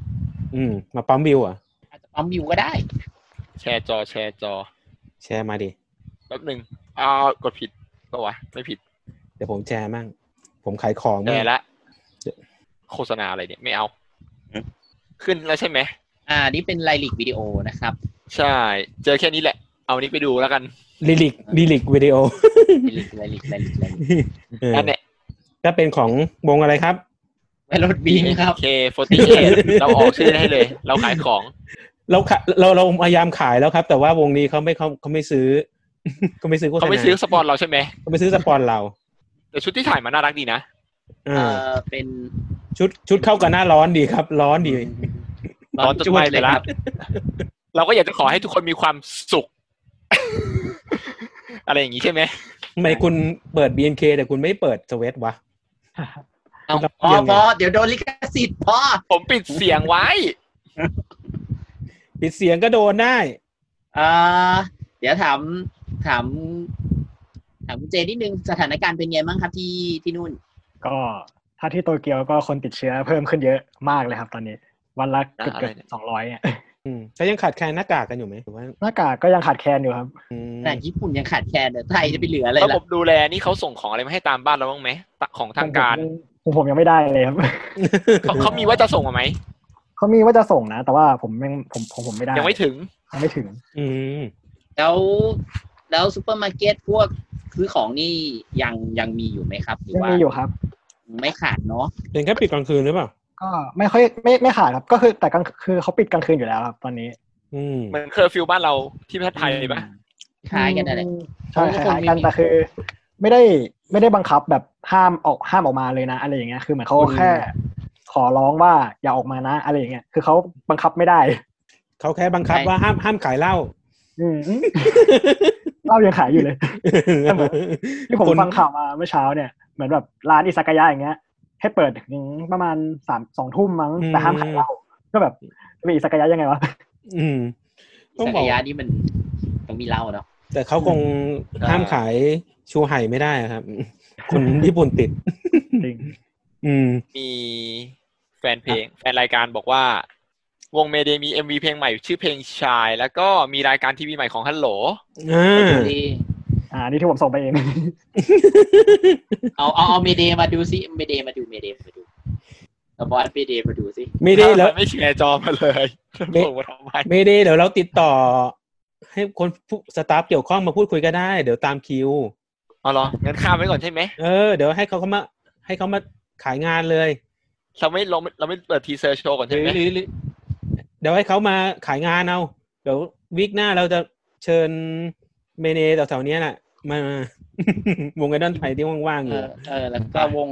อืม มาปั๊มวิวอ่ะ
อาจจะปั๊มวิวก็ได้
แชร์จอแชร์จอ
แชร์มาดิ
แป๊บหนึ่งอ้าวกดผิดก็วะไม่ผิด
เดี๋ยวผมแชร์มั่ง ผมขายของ
แช
มั่ง
ร์ละ โฆษณาอะไรเนี่ยไม่เอา ขึ้นแล้วใช่ไหม
อ่า นี่เป็นไลลิกวิดีโอนะครับ
ใช่ เจอแค่นี้แหละ เอาอันนี้ไปดูแล้วกัน
ลิลิกลิลิกวิดีโอ
ไลลิกไลลิกไลลิกไลลิก
เออ
นั่นแหละ
ถ้าเป็นของวงอะไรครับ
ไวรถบิงครับ
K48 เราออกชื่อให้เลย เราขายของ
เราขะเราเราพยายามขายแล้วครับ แต่ว่าวงนี้เขาไม่เขาเขาไม่ซื้อ เขาไม่ซื้อโฆษณา
เขาไม่ซื้อสปอนเราใช่ไหม
เขาไม่ซื้อสปอนเรา
แต่ชุดที่ถ่ายมาน่ารักดีนะ
เอ่
อ่า
อเป็น
ชุดชุดเข้ากับหน้าร้อนดีครับ ร้อนดี
ร้อนจนไหม้ไปละ เราก็อยากจะขอให้ทุกคนมีความสุข อะไรอย่างนี้ใช่ไหม
ทำไมคุณเปิด BNK แต่คุณไม่เปิดสเวตวะ
เอาพอพอเดี๋ยวโดนลิขสิทธิ์พอ
ผมปิดเสียงไว้
ปิดเสียงก็โดนได้
เอ่อเดี๋ยวถามถามถามคุณเจนิดนึงสถานการณ์เป็นไงบ้างครับที่ที่นู่น
ก็ถ้าที่โตเกียวก็คนติดเชื้อเพิ่มขึ้นเยอะมากเลยครับ ตอนนี้ วันละเกือบ
อะ
เกื
ไร
อบ
เนี่ย
สองร้อยเนี่ย
อืมก็ยังขาดแคลนหน้ากากกันอยู่ไหมหรือว่า
หน้ากากก็ยังขาดแคลนอยู่ครับ
อืม
แต่ญี่ปุ่นยังขาดแคลนเลยไทยจะไปเหลืออะไร
ระบ
ล่ะ
บดูแลนี่เขาส่งของอะไรมาให้ตามบ้านเราบ้างไหมตะของทางการ
ผมผมยังไม่ได้เลยครับ
เขาเขามีว่าจะส่งมาไหม
เขามีว่าจะส่งนะ แต่ว่าผมยังผมผมผมไม่ได้
ยังไม่ถึง
ยังไม่ถึง
อืม
แล้วแล้วซูเปอร์มาร์เก็ตพวกซื้อของนี่ยังยังมีอยู่ไหมครับหรือ
ยัง
ว่า
มีอยู่ครับ
ไม่ขาดเนาะ
เป็นแค่ปิดกลางคืนหรือเปล่า
ก็ไม่ค่อยไม่ไม่ขาดครับ ก็คือแต่กลางคือเขาปิดกลางคืนอยู่แล้วครับตอนนี้
อืม
เหมือนเคอร์ฟิวบ้านเราที่ประเทศไทยปะ
คล้ายกันนั่นแหละ
ใช่คล้ายๆกันแต่คือ ไม่ได้ไม่ได้บังคับแบบห้ามออกห้ามออกมาเลยนะ อะไรอย่างเงี้ยคือเหมือนเขาแค่ ขอร้องว่าอย่าออกมานะอะไรอย่างเงี้ยคือเขาบังคับไม่ได้
เขาแค่บังคับ
ใช่
ว่าห้ามห้ามขายเหล้า
อื มเหล่ายังขายอยู่เลย เหมือน ที่ผม
คน
ฟังข่าวมาเมื่อเช้าเนี่ยเหมือนแบบร้านอิซากายะอย่างเงี้ย ให้เปิดถึงประมาณสามสองทุ่มมั้งแต่ห้ามขายเหล้าก็แบบจะเป็นอิซากายะยังไงวะ
อืมต้อง
สั
บอ
ก
ก
ยะนี่มันต้องมีเหล้าเนาะ
แต่เขาคงห้ามขายชูไห่ไม่ได้อะครับ คนญี่ปุ่นติด
จริง
อืม
มีแฟนเพลง แฟนรายการบอกว่า วงเมเดมี MV เพลงใหม่ชื่อเพลงชาย แล้วก็มีรายการทีวีใหม่ของฮัลโหล
อ่า
ดี
อ่านี่ที่ผมส่งไปเอง
เอาเอาเอาเมเดมาดูสิเมเดมาดูเมเดมาดูเอาบอสเมเดมาดูสิ
ไม่ได้แล้ว
ทำไม่แชร์จอมาเลย
ไม่
ผมว่าทำไม
ไม่ได้เดี๋ยวเราติดต่อ ให้คนผู้สตาฟเกี่ยวข้องมาพูดคุยก็ได้ เดี๋ยวตามคิว
เอาเหรองั้นข้ามไว้ก่อนใช่ไหม
เออเดี๋ยวให้เขาเขามา ให้เขามาขายงานเลย
เราไม่เราไม่เราไม่เปิดทีเซอร์โชว์ก่อน
หรื
ใช่
อ
ไหม
หรือหรือ
เดี๋ยวให้เขามาขายงานเอา เดี๋ยววิกหน้าเราจะเชิญเมเน แถวๆเนี้ยแหละมา วงไอดอนไทยที่ว่างๆอ
เอยู่ อเออแล้วก็วง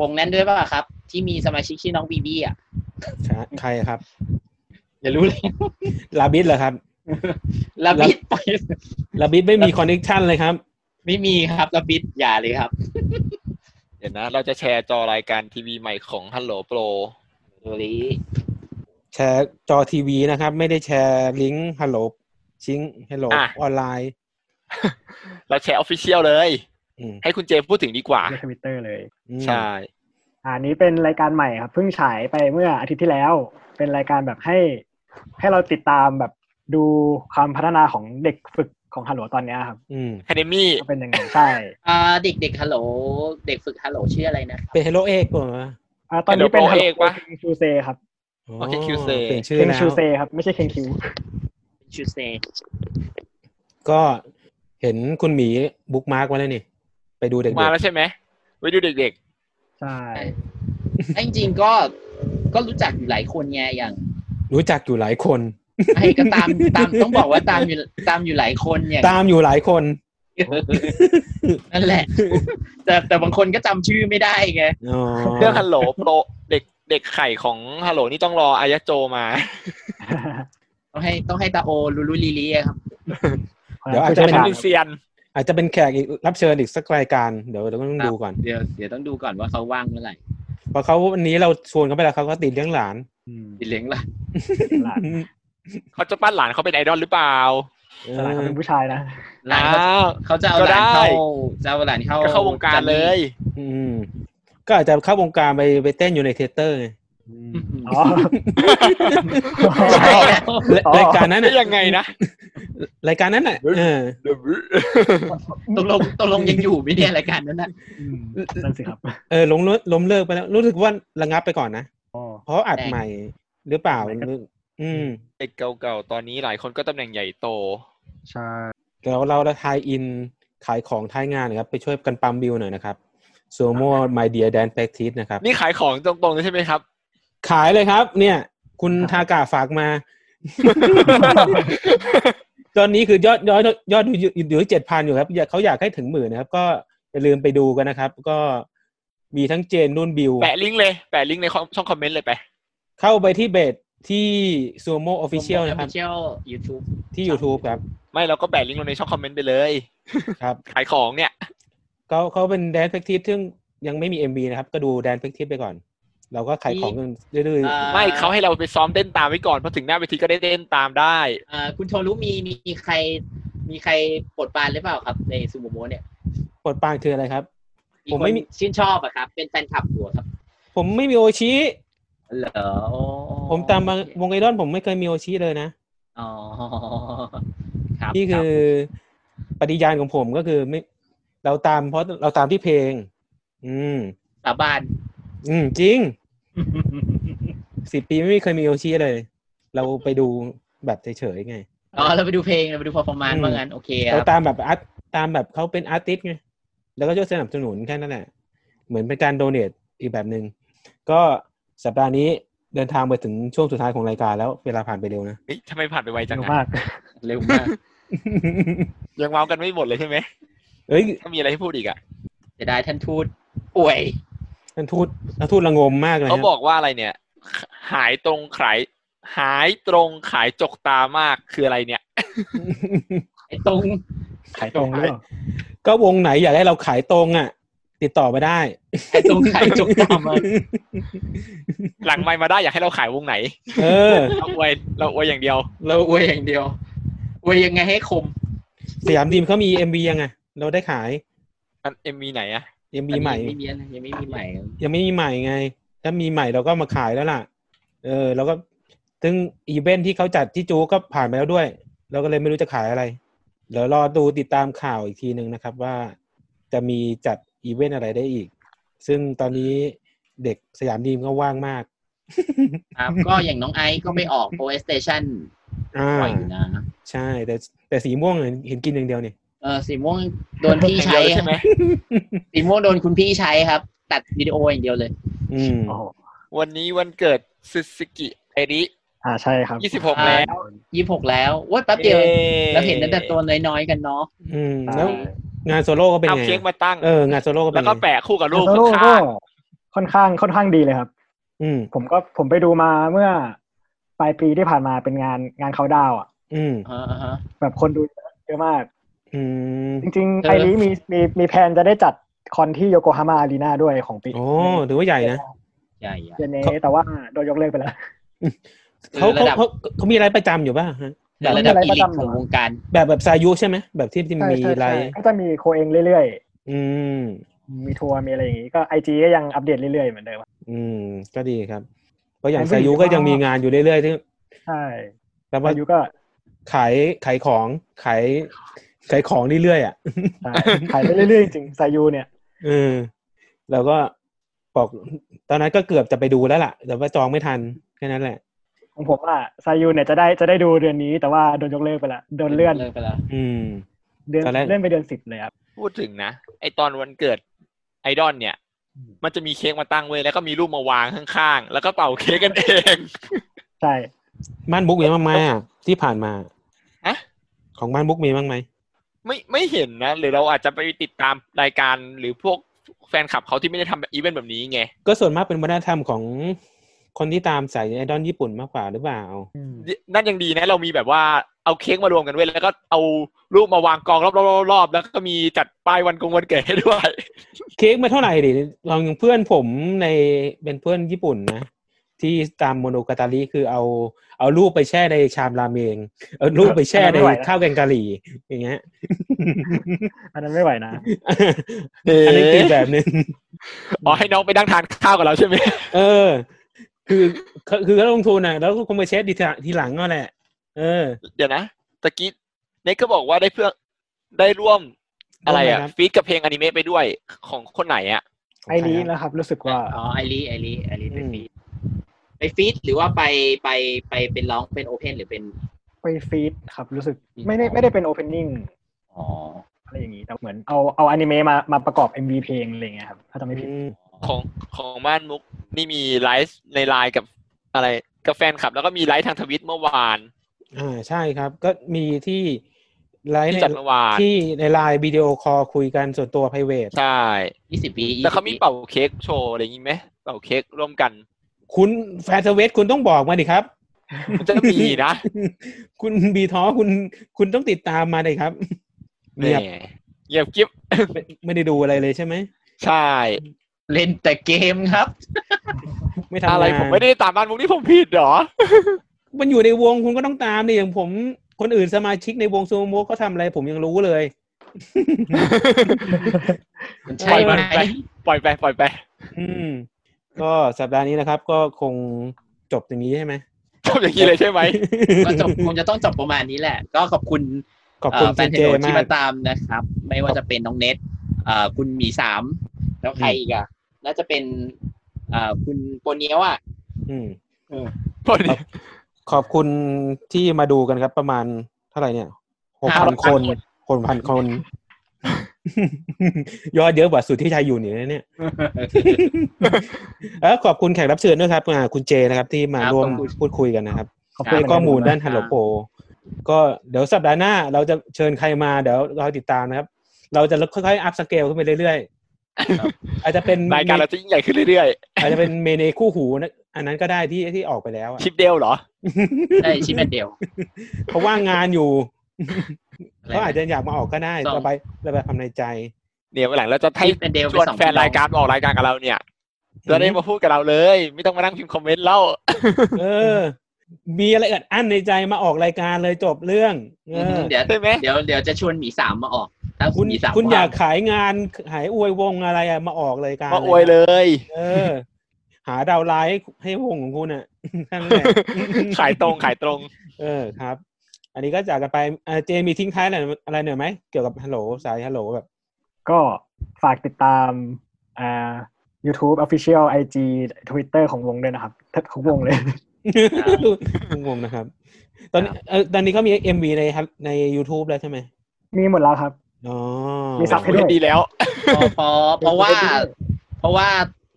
วงนั้นด้วยป่ะครับ ที่มีสมาชิกชื่อน้องบีบี้อ่ะ
ใครใครครับ
อย่ารู้เลย
ลาบิดเหรอครับ
ลาบิด ไป
ลาบิดไม่มีคอนเน t ชันเลยครับ
ไม่มีครับลาบิดอย่าเลยครับ
เดี๋ยวนะ เราจะแชร์จอรายการทีวีใหม่ของ Hello Pro
โดรี
แชร์จอทีวีนะครับ ไม่ได้แชร์ลิงก์ฮัลโหลชิงฮัลโหล
อ่ะ
ออนไลน์
เราแชร์ออฟฟิเชียลเลย
อืม
ให้คุณเจพูดถึงดีกว่า
ในทวิตเตอร์เลย
อืม
ใช่
อ่าอันนี้เป็นรายการใหม่ครับเพิ่งฉายไปเมื่ออาทิตย์ที่แล้ว เป็นรายการแบบให้ ให้เราติดตามแบบดูความพัฒนาของเด็กฝึกของฮัลโหลตอนเนี้ยครับ
อืม
Academy
ว่าเป็นยังไงใช่
อ่าเด็กเด็กฮัลโหล เด็กฝึกฮัลโหลชื่ออะไรนะ
เป็น Hello เอกป่ะวะ
อ่าตอนนี้เป็น
Hello
Hello
เอกวะ
King Shoe Say ครับ
อ๋อ
โอเค QC
เปลี่ยนชื่อ
เ n
แล้
ชู
ว
เซครับไม่ใช่เ n งคิว
ชูเซ
ก็เห็นคุณหมีบุ๊กมาร์กไว้แล้วนี่ ไปดูเด็ก
มาแล้วใช่ไหมไปดูเด็ก
ใช่
ไอ้ยจริงๆก็ ก็รู้จักอยู่หลายคนไงอย่าง
ๆรู้จักอยู่หลายคน
ไอ้ก็ตามตามต้องบอกว่าตามอยู่ตามอยู่หลายคนอย่าง
ตามอยู่หลายคน
นั่นแหละ แต่แต่บางคนก็จำชื่อไม่ได้ไง
อ๋อ
ๆ เรื่อง Hello Pro เด็กเด็กไข่ของ Hello นี่ต้องรออายะโจมา
ต้องให้ต้องให้ตาโอลูลูลีลีอะครับ
เดี๋ยวอาจจะเป็น
ผู้ชี่ยว
ลิ
ชาญ
เซียน
อาจจะเป็นแขกอีกรับเชิญอีกสักรายการเดี๋ยวเราต้องดูก่อน
เดี๋ยวเดี๋ยวต้องดูก่อนว่าเขาว่างเมื่อไหร่
เพราะเขาวันนี้เราชวนเขาไปแล้วเขาก็ติดเรื่องหลาน
อืม
ติดเลี้ยงละ
หลาน
เขาจะปั้นหลานเขาเป็นไอดอลหรือเปล่า
เอ
หลานเขา
อ
เป็นผู้ชายนะ
หลานเขา
อ้าว
เขาจะเอา
ก็
หลานเข้า
ได้
จะเอาหลานเข้า
ก็เข้าวงการเลย
อืมก็อาจจะเข้าวงการไปไปเต้นอยู่ในเทเตอร์ไง
อ๋อ
ใช่แล้ว
และ
อ๋อ
รายการนั้น
ได้
น่ะ
ยังไงนะ
รายการนั้นน่ะเออ
ตกลงตกลงยังอยู่ไหมเนี่ยรายการนั้นน่ะ
อืมนั่นสิครับ
เออล้มเลิกล้มเลิกไปแล้ว รู้สึกว่าระงับไปก่อนนะ
อ๋อ
เพราะอัดใหม่หรือเปล่า
ใช่
หรืออืม
เด็กเก่าๆ ตอนนี้หลายคนก็ตำแหน่งใหญ่โต
ใช่
เดี๋ยวเราจะทายอินขายของทายงานนะครับ ไปช่วยกันปั๊มบิวหน่อยนะครับโซโม่ my dear dan practice นะครับ
นี่ขายของตรงๆเลยใช่ไหมครับ
ขายเลยครับ เนี่ย คุณทากาฝากมา ตอนนี้คือยอดยอดยอดดูอยู่อยู่ที่เจ็ดพันอยู่ครับอยากเขาอยากให้ถึงหมื่นนะครับ ก็อย่าลืมไปดูกันนะครับ ก็มีทั้งเจนนุ่นบิว
แปะลิงก์เลย แปะลิงก์ในช่องคอมเมนต์เลยไป
เข้าไปที่เบสที่ซูโม่ออฟฟิเชียลนะครับ
เชียลยูทูบ
ที่ YouTube ครับ
ไม่เราก็แปะลิงก์ลงในช่องคอมเมนต์ไปเลย
ครับ
ขายของเนี่ย
เขาเขาเป็นแดนเฟกทีฟซึ่งยังไม่มี MV นะครับ ก็ดูแดนเฟกทีฟไปก่อน เราก็ขายของกันเรื่อย
ไม่เขาให้เราไปซ้อมเต้นตามไว้ก่อนพอถึงหน้าเวทีก็ได้เต้นตามได้
คุณโทรู้มีมีใคร มีใครปลดปลานหรือเปล่าครับ ในซูโมโมเนี่ย
ๆปลดปางคืออะไรครับ ผมไม่มี
คนชื่นชอบอะครับ เป็นแฟนคลับหัวครับ
ผมไม่มีโอชิ
เหรออ๋อ
ผมตามมาวงไอดอนผมไม่เคยมีโอชิเลยนะ
อ๋อครับ
นี่คือปฏิญาณของผมก็คือไม่ เราตามเพราะเราตามที่เพลง อืม
สาบาน
อืม จริง สิบปีไม่เคยมีโอชิเลย เราไปดูแบบเฉยๆไง
อ๋อ เราไปดูเพลง เราไปดูพอฟอร์มาน
อืม
ว่างั้น โอเคค
เรา
รับ
ตามแบบอาร์ตตามแบบเขาเป็นอาร์ติสต์ไง แล้วก็ช่วยสนับสนุนแค่นั้นแหละ เหมือนเป็นการโดเนทอีกแบบหนึ่ง ก็สัปดาห์นี้เดินทางไปถึงช่วงสุดท้ายของรายการแล้ว เวลาผ่านไปเร็วนะ
เฮ้ยทำไมผ่านไปไว
ส
จัง
นุก
อะ
มาก
เร็วมาก
ยังเมาส์กันไม่หมดเลยใช่ไหม
เอ้ย
ถ้ามีอะไรให้พูดอีกอะ
จะได้ท่านทูตป่วย
ท่านทูตท่านทูตระงมมากเลย
เขา
นะ
บอกว่าอะไรเนี่ย หายตรงขาย หายตรงขายจกตามากคืออะไรเนี่ย
ไอ้ตรง
ขายตรงเลย
ก็วงไหนอยากให้เราขายตรงอ่ะ ติดต่อมา ได้
ไอ้ตรงขายจกตามมา
หลังไม่มาได้อยากให้เราขายวงไหน
เออ
เราอวยเราอวยอย่างเดียว
เราอวยอย่างเดียวอวยยังไงให้คม
สยามดีมเขามีเอ็มวียังไงเราได้ขาย
อันเอ็มวีไหนอะ
เอ็มวีใหม่
ยังไม่มีอะไรยังไม่มีใหม่
ยังไม่มีใหม่ไง ถ้ามีใหม่เราก็มาขายแล้วล่ะ เออเราก็ซึ่งอีเวนท์ที่เขาจัดที่จูก็ผ่านไปแล้วด้วย เราก็เลยไม่รู้จะขายอะไร เดี๋ยวรอดูติดตามข่าวอีกทีหนึ่งนะครับว่าจะมีจัดอีเวนต์อะไรได้อีก ซึ่งตอนนี้เด็กสยามดีมก็ว่างมาก
ครับ ก็อย่างน้องไอซ์ก็ไปออกโ o เอสเตชัน
อ่า
บ่อยอยู่นะ
ใช่ แต่แต่สีม่วงเห็นเห็นกินอย่างเดียวเนี่ย
เออสีม่วงโดนพี่ใช้
อย่างเดียวใช่ไหม
สีม่วงโดนคุณพี่ใช้ครับ ตัดวิดีโออย่างเดียวเลย
อืม
โอ้โห
วันนี้วันเกิดซึซึกิไอริ
อ่าใช่ครับ
26 แล้ว
ยี่สิบหกแล้วโอ้ยแป๊บเดียว เราเห็นตั้งแต่ตัวน้อยๆกันเนาะ
อืม
ใช่
แล้วงานโซโล่ก็เป็น
เอา
ไง
เค้กมาตั้ง
เอองานโซโล่ก็เป็
แล้
น
ว
ไง
ก็แปะคู่กับรูป
โซโล่ก็
ข้าง
ค่อนข้างค่อนข้างดีเลยครับ
อืม
ผมก็ผมไปดูมาเมื่อปลายปีที่ผ่านมาเป็นงานงานเขาดาวอ่ะ
อืม
อ่าฮะ
แบบคนดูเยอะมาก
อืม
จริง
เออ
ๆไทยลีมีมีมีแพลนจะได้จัดคอนที่โยโกฮาม่าอารีนาด้วยของปี
โอ้ถือว่าใหญ่นะ
ใหญ่ใหญ่
เดือนนี้แต่ว่าโดนยกเลิกไปแล้ว
เขา
คือระ
เขา
ดับ
เขาเขามีอะไรประจำอยู่ป่ะฮะ
แต่ระดับ
แบบ
อี
อะไรก็
ลิท
จำ
ของวงการ
แบบแบบซายุใช่ไหมแบบที่ที่
ใช่
มี
ใช่
ไร
ใช่ก็จะมีโคเองเรื่อย
อืม
ๆ มีทัวร์มีอะไรอย่างงี้ก็ไอจีก็ยังอัปเดตเรื่อยๆเหมือนเดิม
อืม ก็ดีครับ เพราะอย่าง
ไอ้ผู้
ซา
หญิง
ยุก็ยัง
ก็
มีงานอยู่เรื่อยๆที่
ใช่
แล้วว่า
อายุก็
ขายขายของขายขายของเรื่อยๆอ่ะ
ใช่ ขายไปเรื่อยๆจริงไซยูเนี่ย
เออแล้วก็บอกตอนนั้นก็เกือบจะไปดูแล้วล่ะ แต่ว่าจองไม่ทันแค่นั้นแหละ
ของผมอ่ะไซยูเนี่ยจะได้จะได้ดูเดือนนี้ แต่ว่าโดนยกเลิกไปละโดนเลื่อน
เลยไปแล้ว
อืม
เดือน
ตอนแรก
เลื่อนไปเดือนสิบเลยครับ
พูดถึงนะ ไอตอนวันเกิดไอดอลเนี่ย มันจะมีเค้กมาตั้งเว้ยแล้วก็มีรูปมาวางข้างๆ แล้วก็เป่าเค้กกันเอง
ใช่
ม่านบุ๊กมีบ้างไหมอ่ะที่ผ่านมา
ฮะ
ของม่านบุ๊กมีบ้างไหม
ไม่ไม่เห็นนะ หรือเราอาจจะไปติดตามรายการหรือพวกแฟนคลับเขาที่ไม่ได้ทำแบบอีเวนต์แบบนี้ไง
ก็ส่วนมากเป็นวัฒนธรรมของคนที่ตามสายไอดอลญี่ปุ่นมากกว่าหรือเปล่า
นั่นยังดีนะเรามีแบบว่าเอาเค้กมารวมกันไว้ยแล้วก็เอารูปมาวางกองรอบๆรอบๆแล้วก็มีจัดป้ายวันกงวันเกิดให้ด้วย
เค้กมาเท่าไหร่ดิเรายังเพื่อนผมในเป็นเพื่อนญี่ปุ่นนะ ที่ตามโมโนกาตาริคือเอาเอารูปไปแช่ในชามราเมง เอารูปไปแช่ในข้าวแกงกะหรี่อย่างเงี้ย
อันนั้นไม่ไหวนะ
อันนั้นคือแบบหนึง
อ๋อให้น้องไปนั่งทานข้าวกับเราใช่ไหม
เออ คือคือคือก็ลงทุนอ่ะ แล้วก็คงไปเช็คดีทีทีหลังก็แหละ เออ
เดี๋ยวนะตะกี้เนกก็บอกว่าได้เพื่อได้ร่วมอะไร
ร่วม
อะ
อะไรครับ
ฟีดกับเพลงอนิเมะไปด้วยของคนไหนอะ
ไอรีนะครับ รู้สึกว่า
อ๋อไอรีไอรีไอรีไป
อืม
ฟีดไปฟีดหรือว่าไปไปไปเป็นร้องเป็นโอเพนหรือเป็น
ไปฟีดครับรู้สึกไม่ได้ไม่ได้เป็นโอเพนนิ่ง
อ๋อ
อะไรอย่างงี้แต่เหมือนเอาเอาอนิเมะมามาประกอบ MV เพลงอะไรอย่างเงี้ยครับถ้าจำไม่ผิด
อืม
ของของบ้านมุกนี่มีไลฟ์ในไลน์กับอะไรกับแฟนคลับ แล้วก็มีไลฟ์ทางทวิตเมื่อวาน
อ่าใช่ครับ ก็มีที่ไลฟ์
ที่
ใน
จัดเมื่อวาน
ที่ในไลน์วิดีโอคอลคุยกันส่วนตัว p r i v a t
ใช่
ยี่สิบปี
แต่เขามีเป่าเค้กโชว์อะไรอย่างงี้ไหมเป่าเค้กร่วมกัน
คุณแฟนเซเวสคุณต้องบอกมาดิครับ
มันจะมีนะ
คุณ บีท้อคุณคุณต้องติดตามมาเลยครับ เงียบ
แหม่เงียบกิ๊บ
ไม่ไม่ได้ดูอะไรเลยใช่ไหม
ใช่
เล่นแต่เกมครับ
ไม่ทำงาน
อะไรผมไม่ได้ตามบ้านมุกนี่ผมผิดเหรอ
มันอยู่ในวงคุณก็ต้องตามดิอย่างผม คนอื่นสมาชิกในวงซูโม่เขาทำอะไรผมยังรู้เลย
มันใช่ไหม
ปล่อยมันไป ปล่อยไปปล่อยไป
อืม ก็สัปดาห์นี้นะครับ ก็คงจบอย่างนี้ใช่ไหม
ชอบอย่างนี้เลย ใช่ไหม
ก็จบคงจะต้องจบประมาณนี้แหละ ก็ขอบคุณ
ขอบคุณ
เแฟ
คุณ
นเพ
เจ
จ
มา
ที่
ก
มาตามนะครับ ไม่ว่าจะเป็นน้องเน็ตเอ่อคุณหมีสามแล้วใครอีกอะน่าจะเป็นเอ่อคุณโปเนียว อ่ะ
อืม
พอดี
ครับ ขอบคุณที่มาดูกันครับ ประมาณเท่าไหร่เนี่ยหกพัน
5,000
คนคนพันคน ยอดเยอะกว่าสุดที่ชายอยู่นี่นะเนี่ย แล้วขอบคุณแขกรับเชิญด้วยครับอ่าคุณเจนะครับ ที่มา
ครับ
ร่วม
ขอบคุณ
พูดคุยกันนะครับ
ขอบคุ
ให้
ณ
ข้อมูลด้าน
ค
ฮั
รับ
ลโหลโปก็เดี๋ยวสัปดาห์หน้า เราจะเชิญใครมาเดี๋ยวรอติดตามนะครับ เราจะค่อยๆอัพสเกลขึ้นไปเรื่อยๆอาจจะเป็น
รายการเราจะยิ่งใหญ่ขึ้นเรื่อย
อาจจะเป็นเมเนคู่หูนะอันนั้นก็ได้ที่ที่ออกไปแล้วอะ
ๆ ชิปเดลเหรอ
ได้ชิ้นเป็นเดียว
เขาว่างงานอยู่ เขาอาจจะอยากมาออกก็ได้
ต้อง
ระบายระบายความในใจ
เนี่ยวันหลังเราจะให้
ชิปเป็นเดล
ชวน
ไปสอง
แฟนรายการมาออกรายการกับเราเนี่ย
อืม
จะได้มาพูดกับเราเลย ไม่ต้องมานั่งพิมพ์คอมเมนต์เล่า
เออ มีอะไรอึดอั้นในใจมาออกรายการเลยจบเรื่องเออ
เดี๋ยว
ใช่ไหม
เดี๋ยวเดี๋ยวจะชวนหมีสามมาออก ถ้าคุ
คุณ ณ
หมีสาม
คุณอยาก
ว่ง
ขายงานขายอวยวงอะไรอะมาออกรายการ
มาอวยเลย
เออ หาดาวไลน์ให้ให้วงของคุณอ่ะ นั่นแหละ
ขายตรงขายตรง
เออครับ อันนี้ก็จากกันไปเอ่อเจมีทิ้งท้ายอะไรอะไรหน่อยไหมเกี่ยวกับฮัลโหลสายฮัลโหลแบบ
ก็ฝากติดตามอ่า YouTube Official IG Twitter ของวงด้วยนะครับของวงเลย
งงนะครับ ตอนนี้เออตอนนี้ก็มีเอ็มวีในครับใน YouTube แล้วใช่ไหม
มีหมดแล้วครับ
อ๋อ
มีซับให้ด้วย
ดีแล้ว
พอพอเพราะว่า เพราะว่า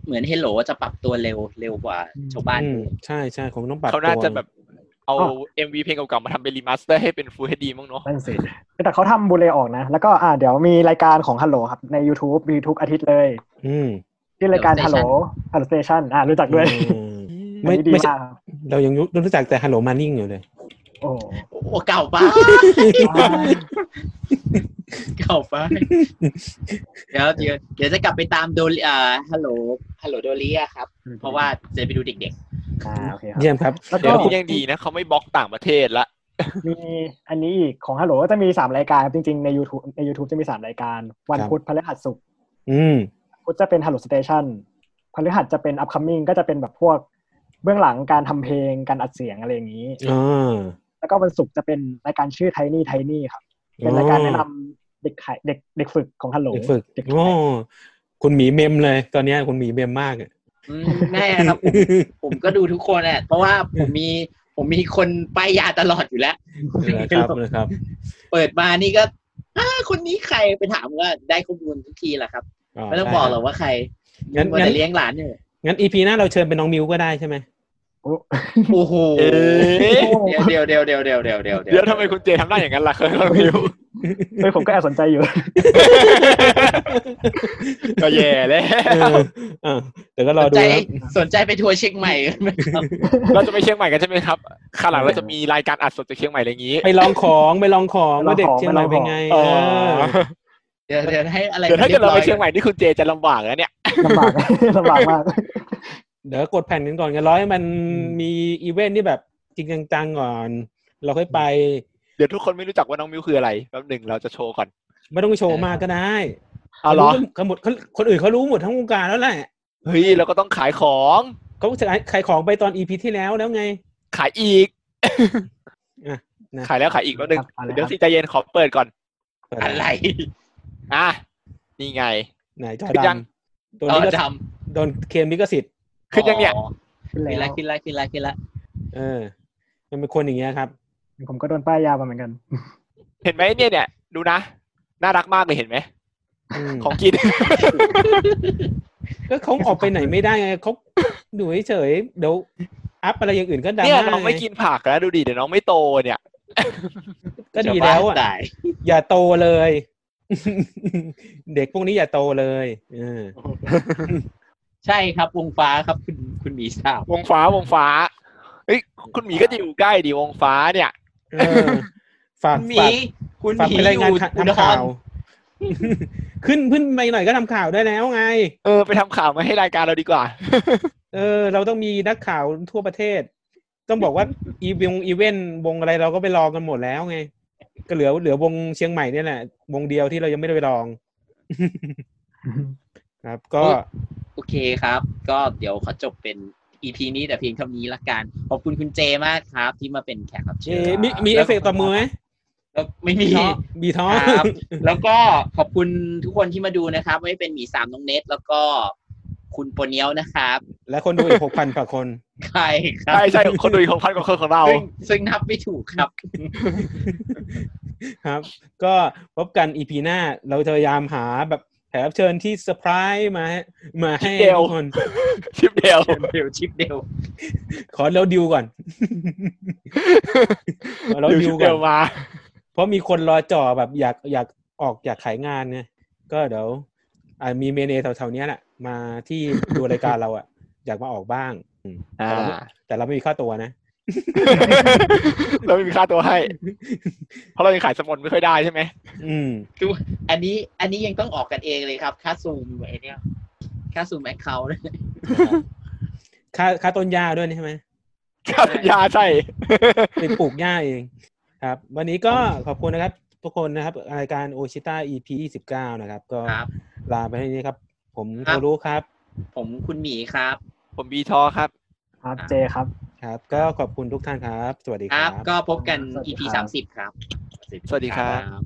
เหมือนเฮลโหลจะปรับตัวเร็วเร็วกว่าชาวบ้าน
อืมใช่ใช่คงต้องปรับ
เขาน่า
ตัว
จะแบบเอา
อ๋อ
MV เพลงเก่าๆมาทำเป็นรีมาสเตอร์ให้เป็นฟูลเฮดีมั้งเนาะ
นั่นสิแต่เขาทำบูเลออกนะ แล้วก็อ่าเดี๋ยวมีรายการของฮัลโหลครับ ใน YouTube มีทุกอาทิตย์เลย
อืม
ที่ ชื่อรายการ
Hello
Hello Hello Station อ่ารู้จักด้วย
อืม ไม่
อันนี้ดี
ไม่ใช่
มากครับ
เรายังรู้จักแต่ฮัลโหลมานิ่งอยู่เลย
โอ้โห
โอ้เก่าไปเก่า ไปเดี๋ยวเดี๋ยวเดี๋ยวจะกลับไปตามโดเอ่อฮัลโหลฮัลโหลโดเรียครับ เพราะว่าจะไปดูเด็ก
อ่าโอเคครับ
เยี่ยมครับ
แล้วก็
เดี๋ยวนี้ยังดีนะเขาไม่บล็อกต่างประเทศละ
มีอันนี้อีกของ Hello ก็จะมีสามรายการจริงๆใน YouTube ใน YouTube จะมีสามรายการ วัน
ครับ
พุธพฤหัสศุกร์
อืม
พุธจะเป็น Hello Station พฤหัสจะเป็น Upcoming ก็จะเป็นแบบพวกเบื้องหลังการทำเพลง การอัดเสียงอะไรอย่างนี้
อ่า
แล้วก็วันศุกร์จะเป็นรายการชื่อ Tiny Tiny ครับ เป็นรายการแนะนำเด็กไทยเด็กเด็กฝึกของ Hello
เด็กฝึก
เด็กไทย
โอ้คุณหมีเมมเลย ตอนเนี้ยคุณหมีเมมมากอะ
ๆ อืมแน่ครับ ผมผมก็ดูทุกคนแหละเพราะว่าผมมีผมมีคนป้ายยาตลอดอยู่แล้ว
นะครับนะครับ
เปิดมานี่ก็อ้าคนนี้ใครไปถามก็ได้ข้อมูลทุกทีแหละครับ ไม่ต้องบอกหรอกว่าใคร
งั้น
มัว
งั้น
แต่เลี้ยงหลานอยู่
งั้นอีพีหน้าเราเชิญเป็นน้องมิวก็ได้ใช่ไหม
โอ้
โอ้โห
เอ๊ะ
เดี๋ยวเดี๋ยวเดี๋ยวเดี๋ยวเดี๋ยวเดี๋ยว
เดี๋ยวทำไมคุณเจทำได้อย่างนั้นล่ะคุณมิว
เฮ้ยผมก็แอบสนใจอยู่
ก็แย่แล้ว
เออเออเดี๋ยวก็ร
ส
อน ดู
ใจ
นะ
สนใจไปทัวร์เชียงใหม่ กันไหมครับ
เราจะไปเชียงใหม่กันใช่ไหมครับข้างหลังเราจะมีรายการอัดสดจากเชียงใหม่อะไรอย่างนี้
ไปลองของไปลองของ
ไปลองของ
ว่าเด็กเชียงใหม่เป็นไง
อ๋อ
เออ
เดี๋ยวเดี๋ยวให้อะไร
เดี๋ยวถ้าเกิดเราไปเชียงให
ม่
ม่นี่คุณเจจะลำบากแล้วเนี่ย
ลำบาก ลำบากมาก
เดี๋ยวกดแผ่นกันก่อนกันร้อยมันมีอีเวนท์ที่แบบจริงจังๆก่อน เราค่อยไป
เดี๋ยวทุกคนไม่รู้จักว่าน้องมิวคืออะไรแป๊บหนึ่งเราจะโชว์ก่อน
ไม่ต้องโชว์มากก็ได้
เอาเหรอ
เขาหมดเขาคนอื่นเขารู้หมดทั้งวงการแล้วแหละ
เฮ้ยเราก็ต้องขายของ
เขาขายของไปตอนอีพีที่แล้วแล้วไง
ขายอีก
อ่ะนะ
ขายแล้วขายอีกแป๊บหนึ่ง
ครับอะไรครับ
เดี๋ยวสิใจเย็นขอเปิดก่อน
เปิด
อะไร
อ่ะนี่ไง
ไหนจอ
คือยั
ด
ง
ำตัว
เอ
นี้
อ
ก็
ด
โดนเคลมลิขสิทธิ์
ำ
ขึ้นยังเนี่ย
อ๋อ
ขึ้น
ขึ้น
แล้
ละ
ว
ขึ้นละขึ้นละขึ้นละ
เออ มันเป็นคนอย่างเงี้ยครับ
ผมก็โดนป้ายยามาเหมือนกัน
เห็นไหมเนี่ยเนี่ยดูนะ น่ารักมากเลยเห็นไหม
อืม
ของกิน
ก็เขาออกไปไหนไม่ได้ไงเขาหนูเฉยๆเดี๋ยวอัพอะไรอย่างอื่นก็ดัง
เนี่ยน้องไม่กินผักแล้วดูดิเดี๋ยวน้องไม่โตเนี่ย
ก็ดีแล้วอ่ะ
จะบ้าตาย
อย่าโตเลย เด็กพวกนี้อย่าโตเลยเออ
ใช่ครับวงฟ้าครับคุณคุณหมีสาว
วงฟ้าวงฟ้าเฮ้ยคุณหมีก็จะอยู่ใกล้ดิวงฟ้าเนี่ย
เออฝาก
คุณหมี
ฝากฝาก
คุณหมี
ไปรา
อ
ยา
ง
น
ยู่อุด
ทำข่าร ว ขึ้นขึ้นไปหน่อยก็ทำข่าวได้แล้วไง
เออไปทำข่าวมาให้รายการเราดีกว่า
เออ เราต้องมีนักข่าวทั่วประเทศ ต้องบอกว่า อีวงอีเวนต์วงอะไรเราก็ไปลองกันหมดแล้วไง ก็เหลือเหลือวงเชียงใหม่เนี่ยแหละวงเดียวที่เรายังไม่ได้ไปลอง ครับ ก็
โอเคครับ ก็เดี๋ยวขอจบเป็น EP นี้แต่เพียงเท่านี้ละกันขอบคุณคุณเจมากครับ ที่มาเป็นแขกรับเชิ
เอ๊ะ
ญ
มีมีเอฟเฟกต์ต่อมือไหม
แล้วไม่มี
บีท้อบีท้อ
ครับ แล้วก็ขอบคุณทุกคนที่มาดูนะครับไม่ว่าจะเป็นหมีสามน้องเน็ตแล้วก็คุณโปเนียวนะครับ
และคนดูอีกหกพันกว่าคน
ใครครั
ใช่ใช่คนดูของพันกว่าคนของเรา
ซึ่งซึ่งนับไม่ถูกครับ
ครับ ก็พบกันอีพีหน้า เราจะพยายามหาแบบแขกรับเชิญที่เซอร์ไพรส์มาให้มาให้
เดียว
ทุกคน
ชิปเดียว
เดียวชิปเดียว
ขอเราดิวก่อน ขอเราดิ
ชิ
ว
ป
ก่
เดี
อย
วน มา
เพราะมีคนรอจ่อแบบอยากอยากออกอยากขายงานไงก็เดี๋ยวอ่ามีเมเนแถวๆเนี้ยแหละมาที่ดูรายการเราอะ อยากมาออกบ้างอืม
อ่า
แต่เราไม่แต่เราไม่มีค่าตัว นะ
เราไม่มีค่าตัวให้ เพราะเรายังขายสมอนไม่ค่อยได้ใช่ไหม
อืม
ดูอันนี้อันนี้ยังต้องออกกันเองเลยครับ ค่าซูมไอเนี่ยค่าซูมแอคเคาท์
ค่าค่าต้นหญ้าด้วยนี่ใช่ไหม
ค่าสัญญาใช่
ไปปลูกหญ้าเอง ครับ วันนี้ก็ขอบคุณนะครับ ทุกคนนะครับ รายการโอชิต้า EP 29 นะครับ ก็
ครับ
ลาไปเที่านี้ครับ ผม
ครั
โท
บ
รู้ครับ
ผมคุณหมีครับ
ผมบีทอครับ
ครับเจครับ
ครับ ก็ขอบคุณทุกท่านครับ สวัสดี
ค
ค
รั
รับ บ
ก็พบกัน
สวัสดี
EP
ครั
สา
บ
มสิบครับ
สวัสดีครับ
บ